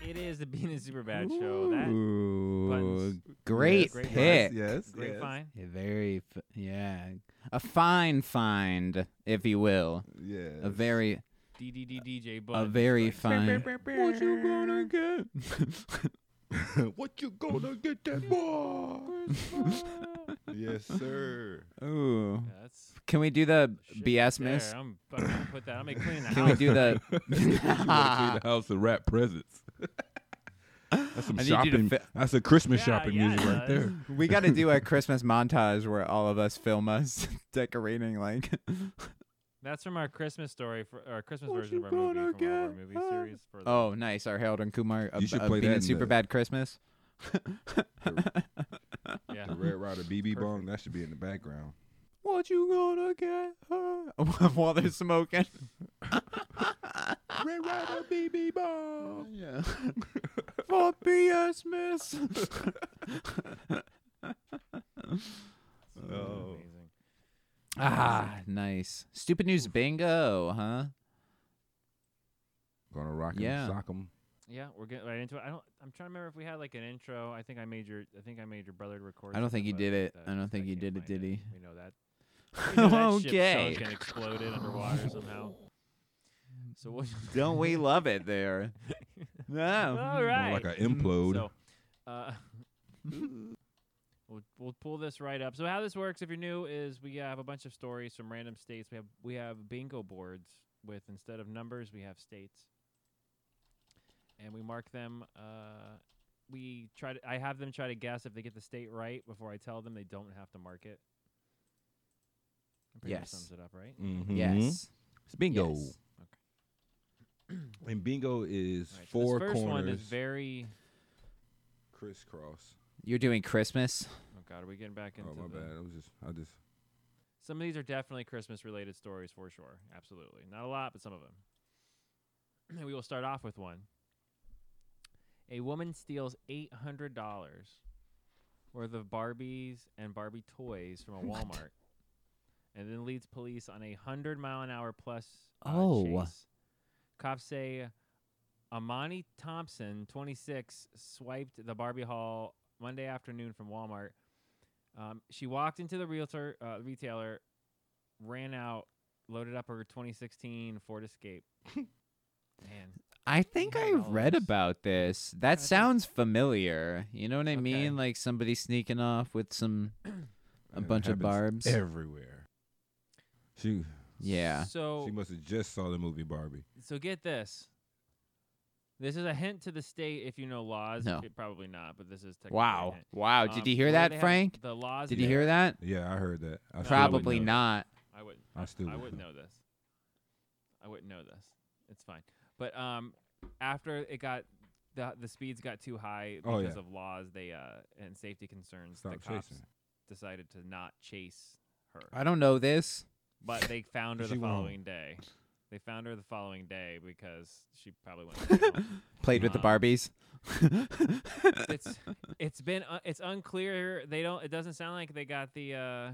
It is the Bean and Super Bad show. That Ooh, buttons. great Great pick. Yes. great yes, find. A very, f- yeah, a fine find, if you will. Yes. A very, DDDDJ a Bud. very fine. What you gonna get? [LAUGHS] what you gonna get that boy? yes, sir. Ooh, Yeah, that's can we do the shit BS there. miss? I'm fucking gonna put that. I'm gonna clean the Can we house. [LAUGHS] do [LAUGHS] you the? wanna clean the house and wrap presents. That's some I need you to shopping. fi- That's a Christmas Yeah, shopping yeah, music it right there. does. we got to [LAUGHS] do a Christmas montage where all of us film us [LAUGHS] decorating like. [LAUGHS] That's from our Christmas story, for our Christmas What version you of our movie, gonna from our get, movie huh? series. For the- Oh, nice! Our Harold and Kumar. You should uh, play that being in super the- bad Christmas. yeah. Oh. The Red Rider BB Perfect. Bong. That should be in the background. What you gonna get her? [LAUGHS] While they're [LAUGHS] smoking. Red Rider BB Bong. Yeah. For BS miss. That's Oh. amazing. ah, nice. Stupid news bingo, huh? Gonna rock 'em, Yeah. sock 'em. Yeah, we're getting right into it. I don't. I'm trying to remember if we had like an intro. I think I made your. I think I made your brother record. I don't something, think you but did it. that- I don't think you can't did it, find did he? We know [LAUGHS] that. We know that ship Okay. Someone's gonna explode it underwater somehow. So [LAUGHS] we'll Don't we love it there? No. [LAUGHS] All More right. like an implode. So, uh, [LAUGHS] we'll, we'll pull this right up. So how this works, if you're new, is we have a bunch of stories from random states. We have we have bingo boards with instead of numbers, we have states, and we mark them. Uh, we try to. I have them try to guess if they get the state right before I tell them. They don't have to mark it. That pretty much Yes. sums it up, right? Mhm. Yes. It's bingo. Yes. And bingo is All right, so four this first corners. one is very. crisscross. You're doing Christmas? Oh God, are we getting back into Oh my the? bad. I was just. I just. Some of these are definitely Christmas related stories for sure. Absolutely. Not a lot, but some of them. [CLEARS THROAT] And we will start off with one. A woman steals $800 worth of Barbies and Barbie toys from a Walmart and then leads police on a 100 mile an hour plus uh, Oh. chase. Cops say Amani Thompson, 26, swiped the Barbie haul Monday afternoon from Walmart. Um, she walked into the realtor uh, retailer, ran out, loaded up her 2016 Ford [LAUGHS] Escape. Man, I think I read $8. about this. That think- sounds familiar. You know what I Okay. mean? Like somebody sneaking off with some a and it bunch of happens barbs. everywhere. She Yeah. So she must have just saw the movie Barbie. so get this. This is a hint to the state if you know laws. No. It- probably not, but this is technically a Wow. hint. Wow. Um, Did you hear where that, they have Frank? The laws. Did you there- hear that? Yeah, I heard that. I still Probably wouldn't know. not. I wouldn't. I still I wouldn't know. know this. I wouldn't know this. It's fine. But um, after it got the the speeds got too high because Oh, yeah. of laws, they uh and safety concerns, the Stop cops chasing. decided to not chase her. I don't know this. But they found her She the went home. following day. They found her the following day because she probably went. [LAUGHS] to jail. Played with the Uh, Barbies. [LAUGHS] it's it's been uh, it's unclear. They don't. It doesn't sound like they got the uh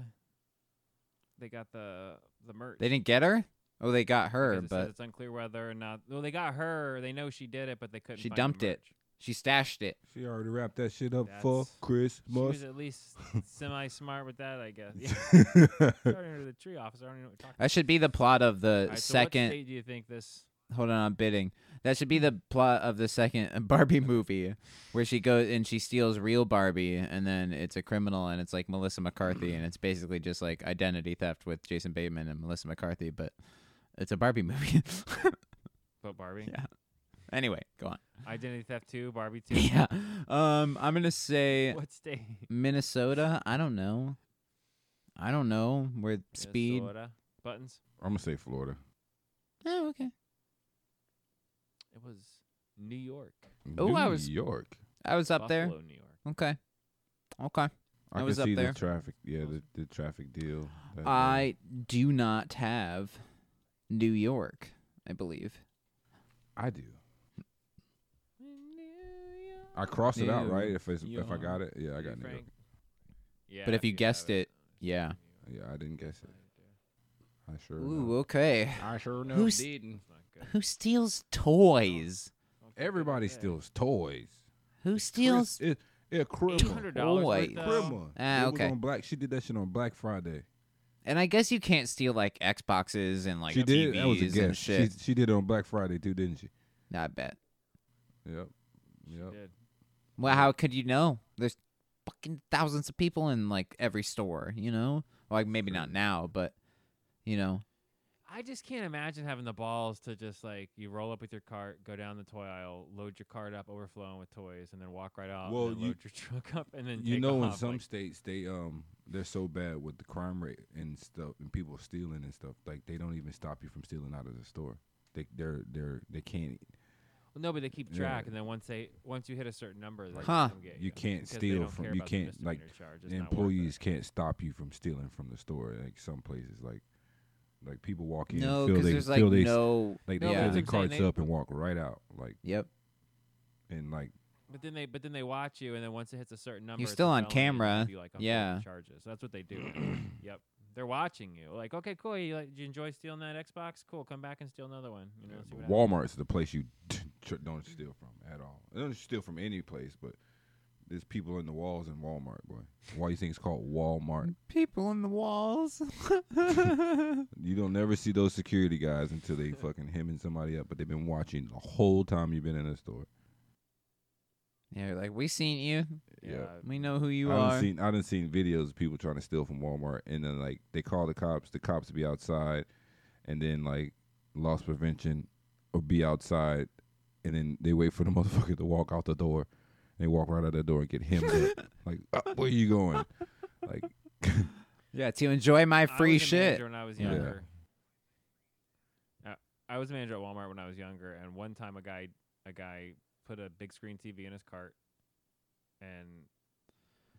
they got the the merch. They didn't get her? Oh, they got her, because it says but it's unclear whether or not. Well, they got her. They know she did it, but they couldn't. She find the dumped it. merch. she stashed it. She already wrapped that shit up for That's- She was Christmas. at [LAUGHS] least semi-smart with that, I guess. Yeah. [LAUGHS] [LAUGHS] Starting under the tree officer. I don't even know what you're talking. That should be the plot of the about. All right, so what second. state do you think this? hold on, I'm bidding. That should be Hmm. the plot of the second [LAUGHS] Barbie movie, where she goes and she steals real Barbie, and then it's a criminal, and it's like Melissa McCarthy, and it's basically just like identity theft with Jason Bateman and Melissa McCarthy, but it's a Barbie [LAUGHS] movie. But Barbie, Yeah. anyway, go on. [LAUGHS] identity theft two, Barbie two. Yeah. Um, I'm gonna [LAUGHS] say What state? Minnesota. I don't know. I don't know where speed. Minnesota. buttons. I'm gonna say Florida. Oh, okay. It was New York. Ooh, New I was- York. I was up Buffalo, there. New York. Okay. Okay. I I, was can up see there. the traffic. Yeah, the, the traffic deal. that, uh, I do not have New York, I believe. I do. I cross it out, right? If it's, if I got it, yeah, I You, got New York. Frank? Yeah. But if you got [LAUGHS] guessed it, yeah. Yeah, I didn't guess it. I sure. Ooh, okay. I sure know Who's- didn't. It's not good. Who steals toys? Don't fucking Everybody yeah. steals toys. Who steals? Chris- It, yeah, $800 Crimma. worth, Boys. though. Crimma. Ah, It was okay. on Black. She did that shit on Black Friday. And I guess you can't steal like Xboxes and like she TVs did. That was a and guess. She, shit. she did it on Black Friday too, didn't she? I bet. Yep. Yep. Did. Well, how could you know? There's fucking thousands of people in like every store, you know? Like maybe not now, but you know. I just can't imagine having the balls to just like you roll up with your cart, go down the toy aisle, load your cart up overflowing with toys, and then walk right out. Well, and then you- load your [LAUGHS] truck up, and then You take know, in off, some like- states, they um they're so bad with the crime rate and stuff, and people stealing and stuff. Like they don't even stop you from stealing out of the store. They they're they're they can't. Well, no, but they keep Yeah. track, and then once they once you hit a certain number, they Huh. come get you. You can't because they steal don't from- care you about the can't, like, misdemeanor charge. It's not worth it. Employees can't stop you from stealing from the store. Like some places, like like people walk in, No, and feel because they there's like feel they, no. like they No, that's fill their what I'm saying, carts they- up and walk right out. Like Yep. and like But then they but then they watch you, and then once it hits a certain number, it's a still on felony, and they camera. give You, like, oh, unfair Yeah. charges. That's what they do. [COUGHS] yep, they're watching you. Like, okay, cool. You like, you enjoy stealing that Xbox? Cool. Come back and steal another one. You know, see what happens. Walmart's the place you [LAUGHS] tr- don't steal from at all. You Don't steal from any place, but there's people in the walls in Walmart, boy. Why you think it's called Walmart? People in the walls. [LAUGHS] You don't never see those security guys until they fucking hemming somebody up, but they've been watching the whole time you've been in the store. yeah, you're like we seen you. Yeah. We know who you I are. done seen I done seen videos of people trying to steal from Walmart, and then like they call the cops. The cops be outside, and then like loss prevention will be outside, and then they wait for the [LAUGHS] motherfucker to walk out the door. They walk right out the door and get him. [LAUGHS] like, "Uh, where you going? Like, yeah, to enjoy my I free was a shit. manager When I was Yeah. younger, Uh, I was a manager at Walmart when I was younger, and one time a guy a guy put a big screen TV in his cart and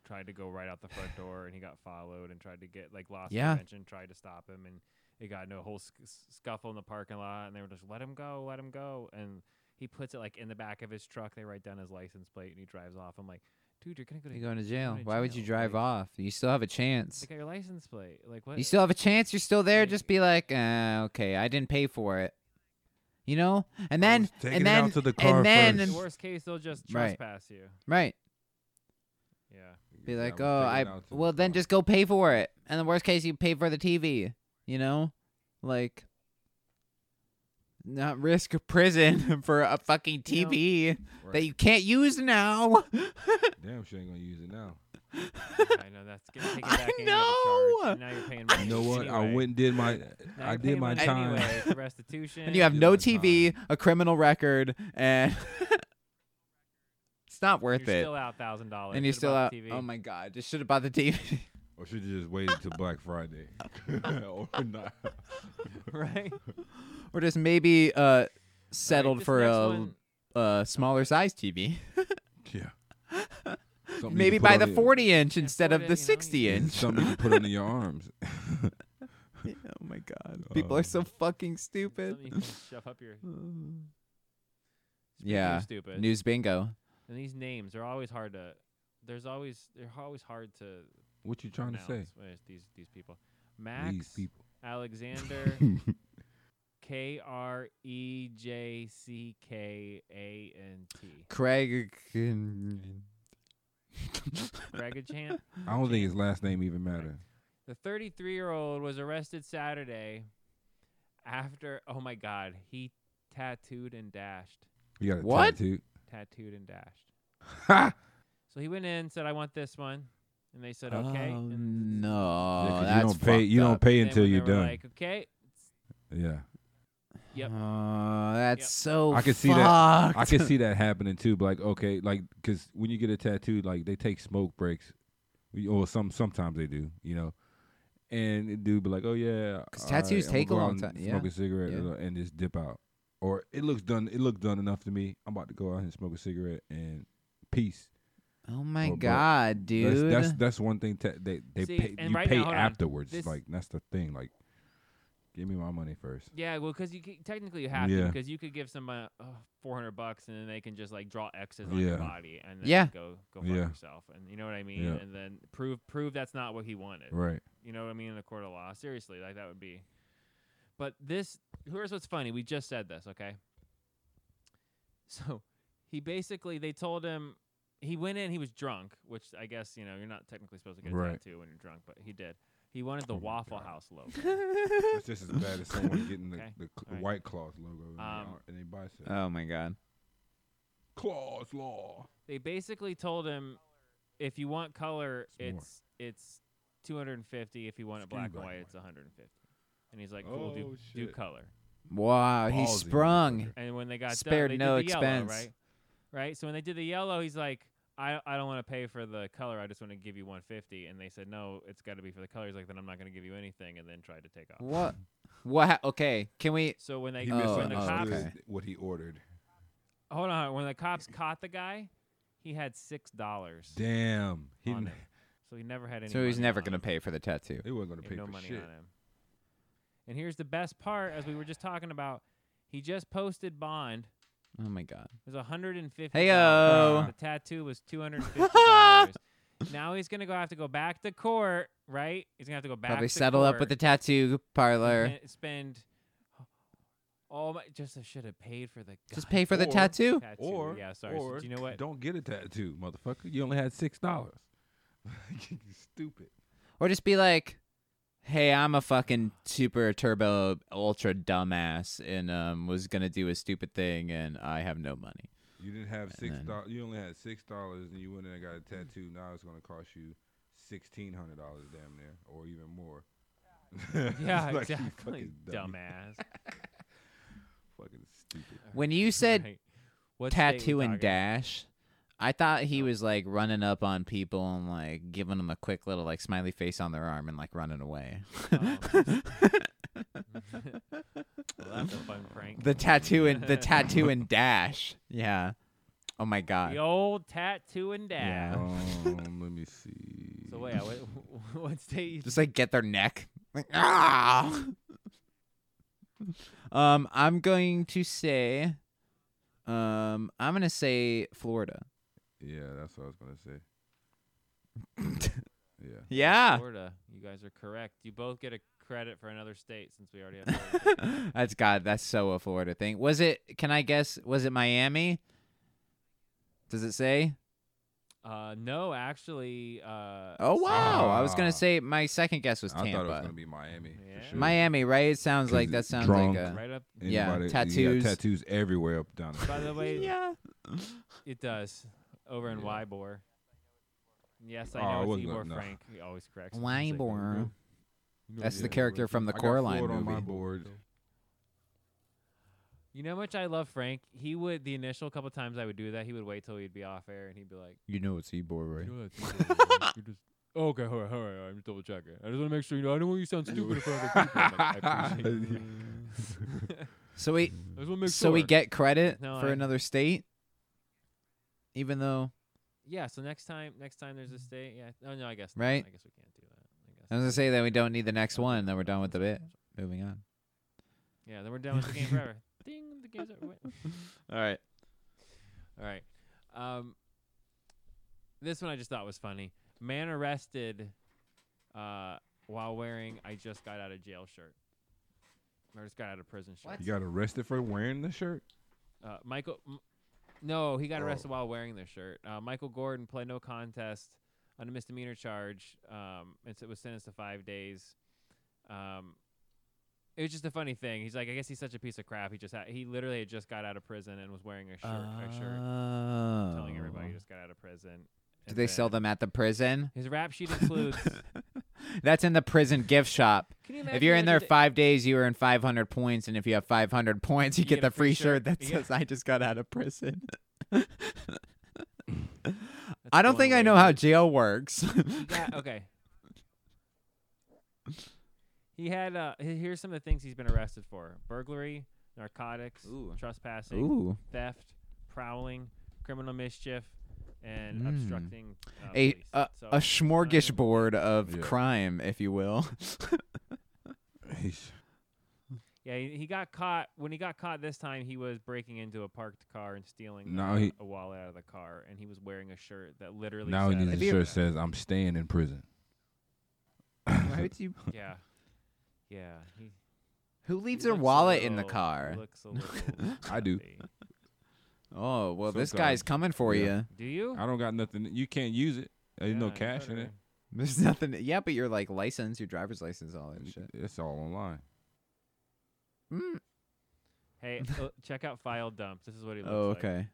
tried to go right out the [SIGHS] front door, and he got followed and tried to get like lost Yeah. prevention, tried to stop him, and it got into a whole sc- scuffle in the parking lot, and they were just let him go, let him go, and he puts it like in the back of his truck. They write down his license plate, and he drives off. I'm like, dude, you're gonna go to You're [LAUGHS] going to jail. to Why would you jail, drive like- off? You still have a chance. They got your license plate. Like what? You still have a chance. You're still there. Just Like- be like, uh, okay, I didn't pay for it. You know, and then was taking and it then out to the car and then first. worst case, they'll just Right. trespass you. right, Yeah. be Yeah, like, we oh, take I it out to well the then car." just go pay for it. And the worst case, you pay for the TV. You know, like not risk prison [LAUGHS] for a fucking You know- TV Right. that you can't use [LAUGHS] now. [LAUGHS] Damn, she ain't gonna use [LAUGHS] it now. I know that's gonna [LAUGHS] take it I back in at a know! charge, and Now you're paying money. You know what? I anyway. went and [LAUGHS] did my, Now I you're did paying my money time. Anyway, [LAUGHS] it's restitution. and you have Give no it time. TV, a criminal record, and [LAUGHS] it's not you're worth it. still out thousand dollars. and you're still out. Oh my god, just should have bought [LAUGHS] the TV. Or should you just wait until Black [LAUGHS] Friday, [LAUGHS] or not? Right. [LAUGHS] or just maybe uh settled this for next a one- uh smaller size TV. Yeah. Something you maybe can put buy on the your- 40 inch Yeah, instead of 40, the you know, 60 you- [LAUGHS] inch. Something you can put under your arms. Yeah, [LAUGHS] oh [LAUGHS] my god, people are Um, so Something fucking [LAUGHS] stupid. you can shove up your. Speaking of Yeah, Stupid. news bingo. and these names are always hard to. There's always they're always hard to. What you trying to say? pronounce when it's These these people. Max These people. [LAUGHS] Alexander K R E J C K A N T. Craig. Gregachan. I don't think his last name even matter. The 33 year old was arrested Saturday after, oh my God, he tattooed and dashed. You got a What? Oh, tattoo. [LAUGHS] Tattooed and dashed. Ha! So he went in and said, I want this one. And they said, okay. Oh, and no, Yeah, 'cause you that's don't pay. You don't pay then until when you're they were done. like, okay. yeah, Yep. Oh, that's Yep. so. I can see that. [LAUGHS] fucked. I can see that happening too. But like, okay, like, cause when you get a tattoo, like they take smoke breaks, We- or some sometimes they do, you know. And the dude be like, oh yeah, 'Cause all tattoos I'm gonna take a go out long and time, yeah. Smoke a cigarette Yeah. and just dip out, or it looks done. It looked done enough to me. I'm about to go out and smoke a cigarette and peace. [LAUGHS] Oh my Well, but god, That's- dude. That's, that's one thing ta- they they See, pay, and you right pay now- hold on. afterwards. This- like that's the thing. Like, give me my money first. Yeah, well, because you c- technically you have to Yeah. because you could give someone uh, four hundred bucks and then they can just like draw X's on Yeah. your body and then Yeah. go go fuck Yeah. yourself and you know what I mean Yeah. and then prove prove that's not what he wanted. Right. You know what I mean? In a court of law. Seriously, like that would be. But this, here's what's funny. We just said this, okay? [LAUGHS] So he basically they told him he went in, he was drunk, which I guess, you know, you're not technically supposed to get a Right. tattoo when you're drunk, but he did. He wanted the Oh my Waffle God. House logo. [LAUGHS] It's just as bad as someone getting the, Okay. the, cl- All right. White Claws logo in, Um, their, in their bicep. [LAUGHS] oh my god. Claws Law. they basically told him if you want color, It's more. it's it's 250. If you want it Screw black and black white, and it's 150. And he's like, cool, Oh, do, do shit. color. Wow, he Ballsy sprung. motherfucker. And when they got Spared done, they no did the expense. yellow, right? Right. So when they did the yellow, he's like, I, I don't want to pay for the color. I just want to give you 150. And they said, no, it's got to be for the color. He's like, then I'm not going to give you anything. And then tried to take off. What? What? Okay, can we? So when they He Oh, when the oh, cops okay. misunderstood what he ordered. hold on when the cops caught the guy, he had six dollars Damn. He on didn't, him. So he never had any. So he's money never on gonna him. pay for the tattoo. they weren't going to He had pay no for money shit. on him. And here's the best part, as we were just talking about, he just posted bond. Oh my god. It was 150. Heyo. The tattoo was 250. [LAUGHS] dollars Now he's gonna go have to go back to court, right? He's gonna have to go back. Probably to settle up with the court tattoo parlor. and Spend all my. Just I should have paid for the. Just goddamn pay for the Or- tattoo. tattoo. Or, yeah, sorry. or Do you know what? Don't get a tattoo, motherfucker. You only had $6. dollars. [LAUGHS] You Stupid. Or just be like, hey, I'm a fucking super turbo ultra dumbass and um, was going to do a stupid thing and I have no money. You didn't have six then- dollars. You only had six dollars, and you went in and got a tattoo. Now it's going to cost you sixteen hundred dollars, damn near, or even more. [LAUGHS] [LAUGHS] Yeah, Like, you exactly. fucking dummy. Dumbass. Fucking stupid. When you said Right. What state we tattoo and talking about? Oh. dash, I thought he was like running up on people and like giving them a quick little like smiley face on their arm and like running away. [LAUGHS] Well, that's a fun prank. the tattoo and the tattoo and dash. Yeah. Oh [LAUGHS] my The god. old tattoo and dab. Um, [LAUGHS] let me see. So wait, what, what [LAUGHS] state? You Just like get their neck. Like ah. [LAUGHS] um, I'm going to say, um, I'm gonna say Florida. Yeah, that's what I was gonna say. [LAUGHS] yeah. Yeah, Florida. You guys are correct. You both get a credit for another state since we already have. Florida. that's God. That's so a Florida thing. Was it? Can I guess? Was it Miami? Does it say? uh, no, actually. Uh, Oh wow! I was Ah. gonna say my second guess was I thought it Tampa. was gonna be Miami. Yeah. For sure. Miami, right? It sounds 'Cause like that it's sounds drunk. like a. Right up. Yeah, Anybody- You tattoos. got tattoos everywhere up down. By the way, [LAUGHS] Yeah. it does. Over in Yeah. Ybor. Yes, I Oh, I know it's wasn't Ybor gonna- no. Frank. He always corrects. me. He's like, Wybor. That's the yeah, character from the I got Coraline Ford on my movie. board. You know how much I love Frank. He would the initial couple times I would do that. He would wait till we'd be off air, and he'd be like. You know it's Ebor, right? You know that's stupid, right? You're just- [LAUGHS] Oh, okay, all right, all right, all right. I'm just double checking. I just want to make sure you know. I don't want you to sound stupid in front of other people. I'm like, I appreciate [LAUGHS] it. So we I just want to make so we sure. get credit No, for I- another state, even though yeah. So next time, next time there's a state. Yeah. Oh no, I guess. not. Mm-hmm. Right? I guess we can't do that. I was gonna say that we don't need the next one. Then we're done with the bit. Moving on. Yeah. Then we're done with the game [LAUGHS] forever. Ding. The game's over. Wait. All right. All right. Um, this one I just thought was funny. Man arrested uh, while wearing "I just got out of jail" shirt. Or just got out of prison shirt. You got arrested for wearing the shirt. Uh, Michael, m- no, he got Oh. arrested while wearing their shirt. Uh, Michael Gordon pled no contest on a misdemeanor charge, um, and so was sentenced to five days. Um, it was just a funny thing. He's like, I guess he's such a piece of crap. He just ha- he literally had just got out of prison and was wearing a shirt, a shirt Oh. telling everybody he just got out of prison. Do And they sell then them at the prison? His rap [LAUGHS] sheet includes. That's in the prison gift shop. Can you If imagine you're how in there did it- five days, you earn 500 points, and if you have 500 points, you, get, the free shirt, that Yeah. says "I just got out of prison." That's I don't one think I way know to- how jail [LAUGHS] works. He got- okay. He had uh he- here's some of the things he's been arrested for. Burglary, narcotics, Ooh. trespassing, Ooh. theft, prowling, criminal mischief, and Mm. obstructing uh, a police. a, So, a smorgasbord of Yeah. crime, if [LAUGHS] you will. yeah, he, he got caught when he got caught this time he was breaking into a parked car and stealing Now uh, he- a wallet out of the car and he was wearing a shirt that literally now he said, needs "I a just shirt got that says "I'm staying in prison." Why [LAUGHS] would you? out of-" Yeah. Yeah. He, Who leaves he their looks a wallet in the little- car? Looks a little I do. stuffy. Oh well, this Sometimes. guy's coming for Yeah. you. Do you? I don't got nothing. You can't use it. There's no Yeah, cash in whatever. it. [LAUGHS] There's nothing. Yeah, but your like license, your driver's license, all that shit. It's all online. Mm. [LAUGHS] Hey, uh, check out File Dump. This is what he looks Oh like. okay.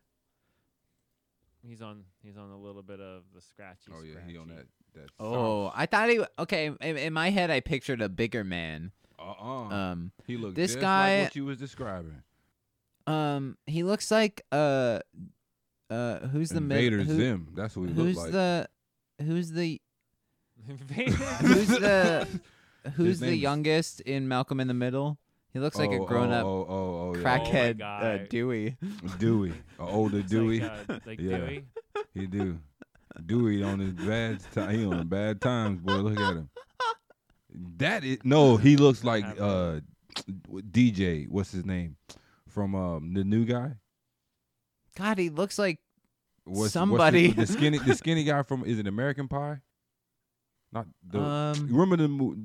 He's on. He's on a little bit of the scratchy. oh yeah, he on that. scratchy. that Oh, I thought he. w- Okay, in, in my head, I pictured a bigger man. Uh uh Um, He looked this just guy- like what you was describing. um, he looks like uh, uh, who's the mid- Invader who- Zim. That's what he Who's looked like. the, [LAUGHS] who's the, [LAUGHS] Vader- who's the, who's the name's- youngest in Malcolm in the Middle? He looks like Oh, a grown-up Oh, oh, oh, oh yeah. crackhead uh, guy. Dewey. Dewey, an older it's like, Dewey. uh, like [LAUGHS] Yeah. Dewey. He do. Dewey on his bad time. He on bad times, boy. Look at him. That is no. He looks like uh, DJ. What's his name? From um, the new guy. God, he looks like What's, Somebody. what's the, the skinny the skinny guy from is it American Pie? Not the. um. remember the mo-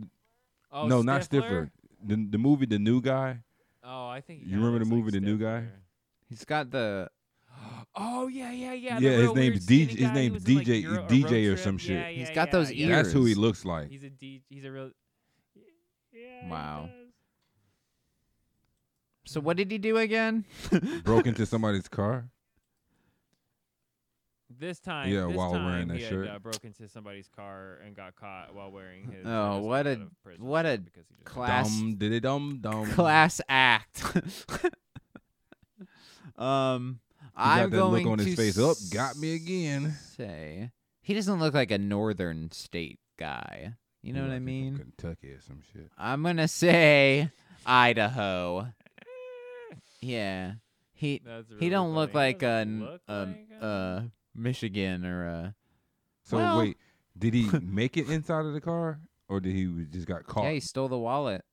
Oh, no, Stifler? not Stifler. The the movie The New Guy. Oh, I think. he You kinda remember looks the movie like The New Guy? Stifler. He's got the [GASPS] Oh yeah, yeah, yeah. Yeah, the his real weird name's skinny DJ guy his who name's was in, like, DJ Euro- a DJ road or trip. some Yeah, shit. He's yeah, got yeah, those yeah. That's who he Ears. looks like. He's a D. He's a real. Yeah, he Wow. does. So what did he [LAUGHS] do again? [LAUGHS] Broke into somebody's car. This time, Yeah, this while time, wearing that he had, shirt. uh, broke into somebody's car and got caught while wearing his. Oh, just what got a- out of prison what a because he just- Class Dum diddy dum dum. [LAUGHS] class act. [LAUGHS] um, He got that I'm going look on his to face. Up, got me again. Say he doesn't look like a northern state guy. You know He what I like he from mean? Kentucky or some shit. I'm gonna say Idaho. Yeah, he [LAUGHS] That's really he don't look funny. like um, He uh, a doesn't n- look a like a- a Michigan or uh, a So Well- wait, did he make it inside of the car, or did he was- just got caught? yeah. He stole the wallet.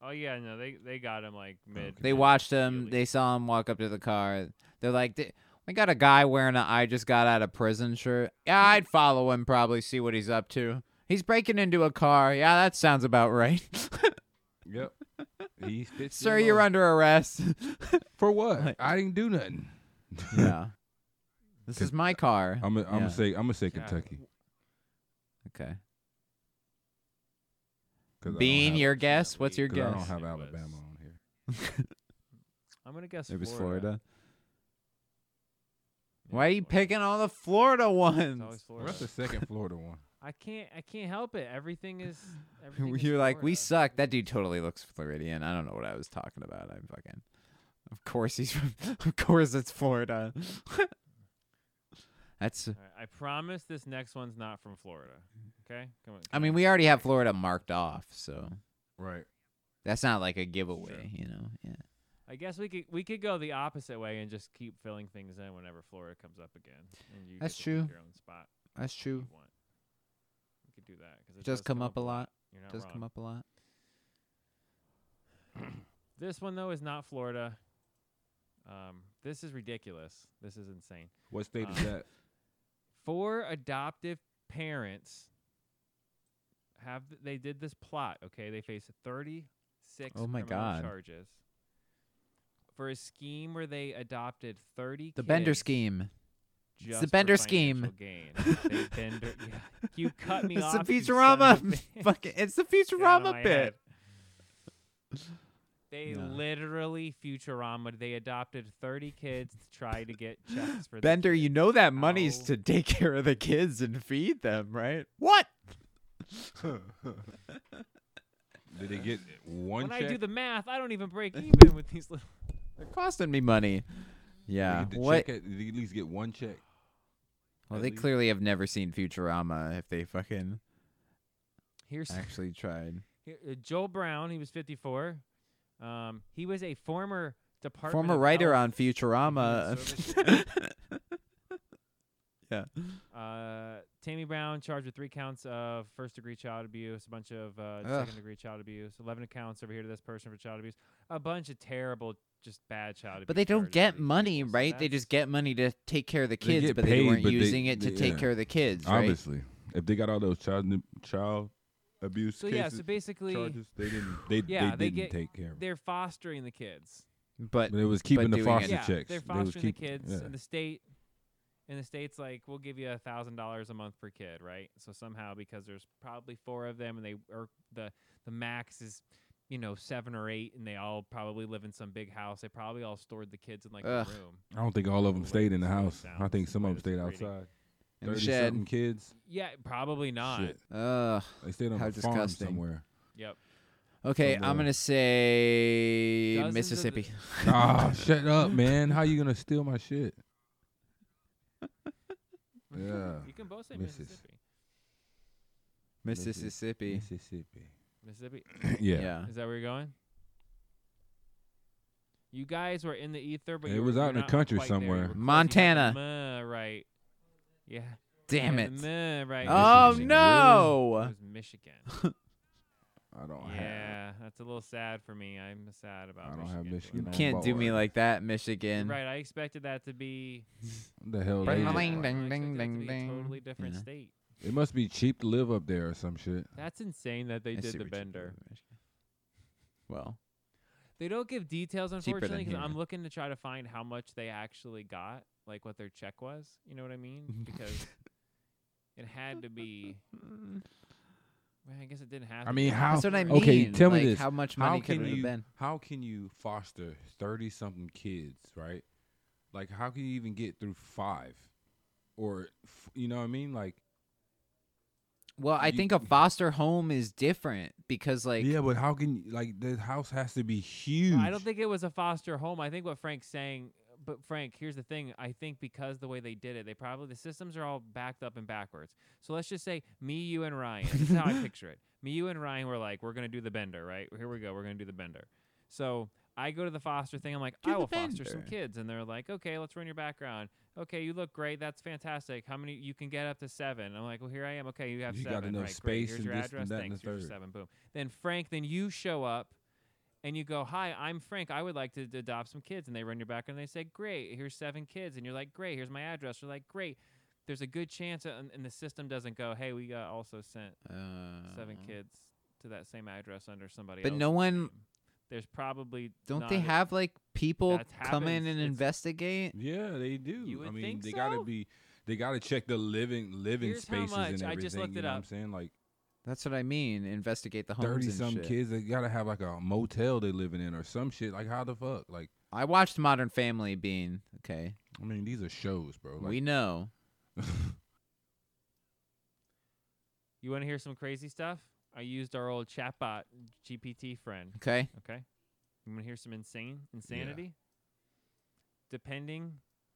Oh yeah, no, they they got him like Oh, mid. They watched him. They saw him walk up to the car. They're like, "Th- "We got a guy wearing a I just got out of prison shirt. Yeah, [LAUGHS] I'd follow him. Probably see what he's up to. He's breaking into a car. Yeah, that sounds about right. [LAUGHS] yep. He fits Sir, the you're bill. under arrest. [LAUGHS] for what? Like- I didn't do nothing. [LAUGHS] [LAUGHS] yeah, this is my car. I'm gonna I'm Yeah. gonna say I'm gonna say Yeah. Kentucky. okay. 'cause I don't Bean, have- your guess. What's your 'cause I guess? don't have It was- Alabama on here. I'm gonna guess It was Florida. Florida. Yeah, Why are you Florida. picking all the Florida It's always ones? Florida. What's the second Florida one? I can't I can't help it. Everything [LAUGHS] is. Everything is You're like, we Florida." suck. That dude totally looks Floridian. I don't know what I was talking about. I'm fucking. Of course he's from. [LAUGHS] Of course it's Florida. [LAUGHS] That's. All right, I promise this next one's not from Florida. Okay, come on. I mean, we already have Florida marked off, so Right. that's not like a giveaway, you know. Yeah. I guess we could we could go the opposite way and just keep filling things in whenever Florida comes up again. And you That's get to pick true. Your own spot. That's if you true. want. We could do that because It does come up a lot. You're not Does wrong. come up a lot. This one though is not Florida. Um, this is ridiculous. This is insane. What state is Um, that? four adoptive parents have th- they did this plot okay they face 36 Oh my criminal God. charges for a scheme where they adopted 30 The Bender kids [LAUGHS] scheme. just the for Bender scheme. financial gain. [LAUGHS] They Bender, yeah. you cut me it's off The you son [LAUGHS] of Futurama. a bitch. Fucking. It's the Get out of Futurama my bit. [LAUGHS] head. They No. literally Futurama. They adopted 30 kids to try to [LAUGHS] get checks for the Bender, you kids. know that money's Ow. to take care of the kids and feed them, right? What? Did they get one When I do check? the math, I don't even break even with these little [LAUGHS] They're costing me money. Did they Yeah. get the What? check at- did they at least get one check? Well, at they least? clearly have never seen Futurama if [LAUGHS] they fucking Here's actually tried. here- uh, Joel Brown. He was 54. Um, he was a former department Former of oh, mm-hmm, writer Health, [LAUGHS] on Futurama. yeah. Uh, Tammy Brown charged with three counts of first degree child abuse, a bunch of uh, Ugh. second degree child abuse, 11 accounts over here to this person for child abuse, a bunch of terrible, just bad child abuse. But they don't charges for get these money, people, so right? They that's- just get money to take care of the kids, get but they paid, weren't but they- using it to they- take yeah. care of the kids, right? Obviously, if they got all those child nu- child abuse So cases, yeah, so basically, charges, they didn't. They, Yeah, they they didn't get- take care of. it. they're fostering the kids. But But it was keeping the doing it- foster yeah, chicks. they're They was fostering keep- the kids yeah. in the state. In the states, like we'll give you a thousand dollars a month per kid, right? So somehow, because there's probably four of them, and they or the the max is, you know, seven or eight, and they all probably live in some big house. They probably all stored the kids in like Ugh. a room. I don't think all of them Like, stayed in the slow it house. down. I think This some of them is stayed pretty- outside. in the 30 shed. something kids. Yeah, probably not. Shit. Ugh. They stayed on How a farm disgusting. somewhere. Yep. Okay, Don't I'm know. gonna say Dozens of the- Mississippi. [LAUGHS] [LAUGHS] Ah, shut up, man. How you gonna steal my shit? Yeah. [LAUGHS] You can both say Misses. Mississippi. Mississippi. Mississippi. Mississippi. Mississippi. [LAUGHS] yeah. Yeah. Is that where you're going? You guys were in the ether, but It you was were, out you're in the not country quite there. You somewhere. were close. You got the Montana. muh right. Yeah. Damn Yeah, it. the muh right. Oh Michigan. It no. Oh, was Michigan. I don't have. yeah, that's a little sad for me. I'm sad about. I don't have Michigan. Michigan doing on that. Can't do me board. like that, You're Michigan. Right, I expected that to be. What The hell. Yeah, they Bing, I did? bing, expected bing, that bing, to be bing, a totally bing. different Yeah. state. It must be cheap to live up there or some shit. That's insane that they I did see the what you did bender. with Michigan. Well, They don't give details, Cheaper than unfortunately, because here. I'm looking to try to find how much they actually got, like what their check was. You know what I [LAUGHS] mean? Because it had to be. Well, I guess it didn't have. I to mean, be. how? that's what I mean. Okay, tell me like, this. How much How money could can it have you- been? How can you foster thirty something kids, right? Like, how can you even get through five, or f- you know what I mean? Like, Well, I you- think a foster home is different because, like, yeah, but how can you, like the house has to be huge? No, I don't think it was a foster home. I think what Frank's saying, but Frank, here's the thing. I think because the way they did it, they probably the systems are all backed up and backwards. So let's just say me, you, and Ryan. This [LAUGHS] is how I picture it. Me, you, and Ryan were like, we're gonna do the bender, right? Here we go. We're gonna do the bender. So I go to the foster thing. I'm like, Do I the will foster some bender. kids, and they're like, okay, let's run your background. Okay, you look great. That's fantastic. How many you can get up to seven? I'm like, well, here I am. Okay, you have You got seven. enough right, great. space Here's and your this and address. that and Thanks. the Here's your third. seven. Boom. Then Frank, then you show up and you go, "Hi, I'm Frank. I would like to d- adopt some kids." And they run your back and they say, "Great, here's seven kids." And you're like, "Great, here's my address." You're like, "Great." There's a good chance, uh, and, and the system doesn't go, "Hey, we uh, also sent uh, seven kids to that same address under somebody." But else's no one- name." There's probably Don't not they a- have like people That come in happens. and It's- investigate? Yeah, they do. You would I mean, think they gotta so? be. They gotta check the living living Here's how spaces much. and everything. I just looked you it know up. What I'm saying like That's what I mean. Investigate the homes thirty and some shit. kids. They gotta have like a motel they're living in or some shit. Like how the fuck? Like I watched Modern Family. Being okay, I mean, these are shows, bro. we Like, know. You want to hear some crazy stuff? I used our old chatbot GPT friend. Okay, Okay. You want to hear some insane insanity? Depending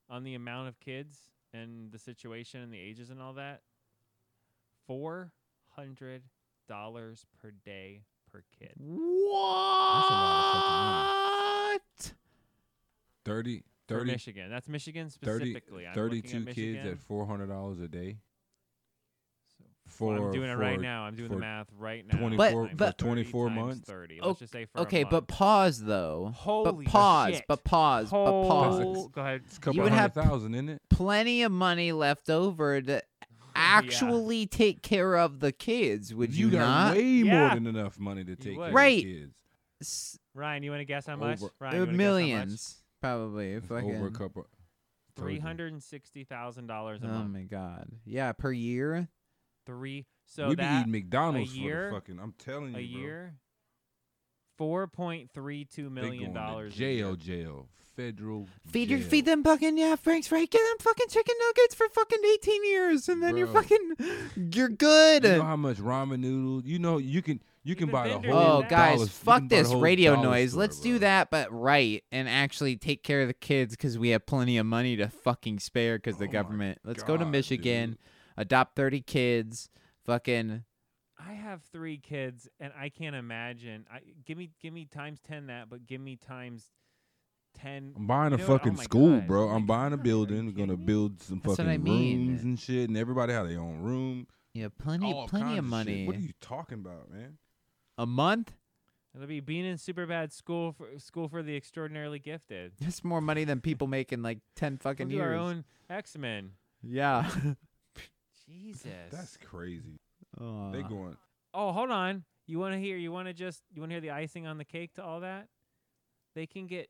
on the amount of kids and the situation and the ages and all that, four hundred dollars per day per kid. lot what? thirty, For thirty, Michigan. That's Michigan 30, specifically. I'm looking 32 at kids Michigan. at four hundred dollars a day. So- For I'm doing it right for- now. I'm doing the for math right now. 24 Times but- 30 24 times months? Thirty. Oh, Let's just say for okay, a but month. pause though. Holy but pause. shit. But pause. But pause. Whole- Go ahead. It's a couple You would hundred have- thousand, isn't it? Plenty of money left over to actually take care of the kids. Would you, you got not? way more Yeah. than enough money to take care of would. kids. S- uh, Ryan, you want to guess how much? Over- Ryan, you wanna guess how much? millions, probably. It's fucking- over a couple. Three hundred and sixty thousand dollars a Oh month. my god. Yeah, per year. Three. So we be that eating McDonald's year- for the fucking. I'm telling a you, bro. year, four point three two They million going to dollars. a year. Jail, jail, federal. Feed your jail. feed them fucking yeah, Frank's right. Get them fucking chicken nuggets for fucking eighteen years, and then you're Bro. fucking you're good. You know how much ramen noodles? You know you can you can Even buy the vendors whole. do oh that. guys, dollar- you fuck can buy the this whole radio dollar noise. store, Let's bro. do that, but right, and actually take care of the kids because we have plenty of money to fucking spare because the Oh my government. Let's go to God, Michigan, dude. adopt thirty kids. Fucking I have three kids, and I can't imagine. I give me give me times ten that, but give me times ten. I'm buying You a know what? Oh fucking my school, God. Oh bro. I'm my buying a God. Are building. you We're gonna kidding me? build some That's what fucking I mean. rooms and shit, and everybody have their own room. yeah, plenty all plenty kinds of shit. money. What are you talking about, man? a month? [LAUGHS] It'll be being in super bad school for school for the extraordinarily gifted. That's more money than people make in like ten We'll fucking do years. our own X Men. Yeah. [LAUGHS] [LAUGHS] Jesus. That's crazy. Aw. They going. Oh, hold on. You want to hear? You want to just? You want to hear the icing on the cake to all that? They can get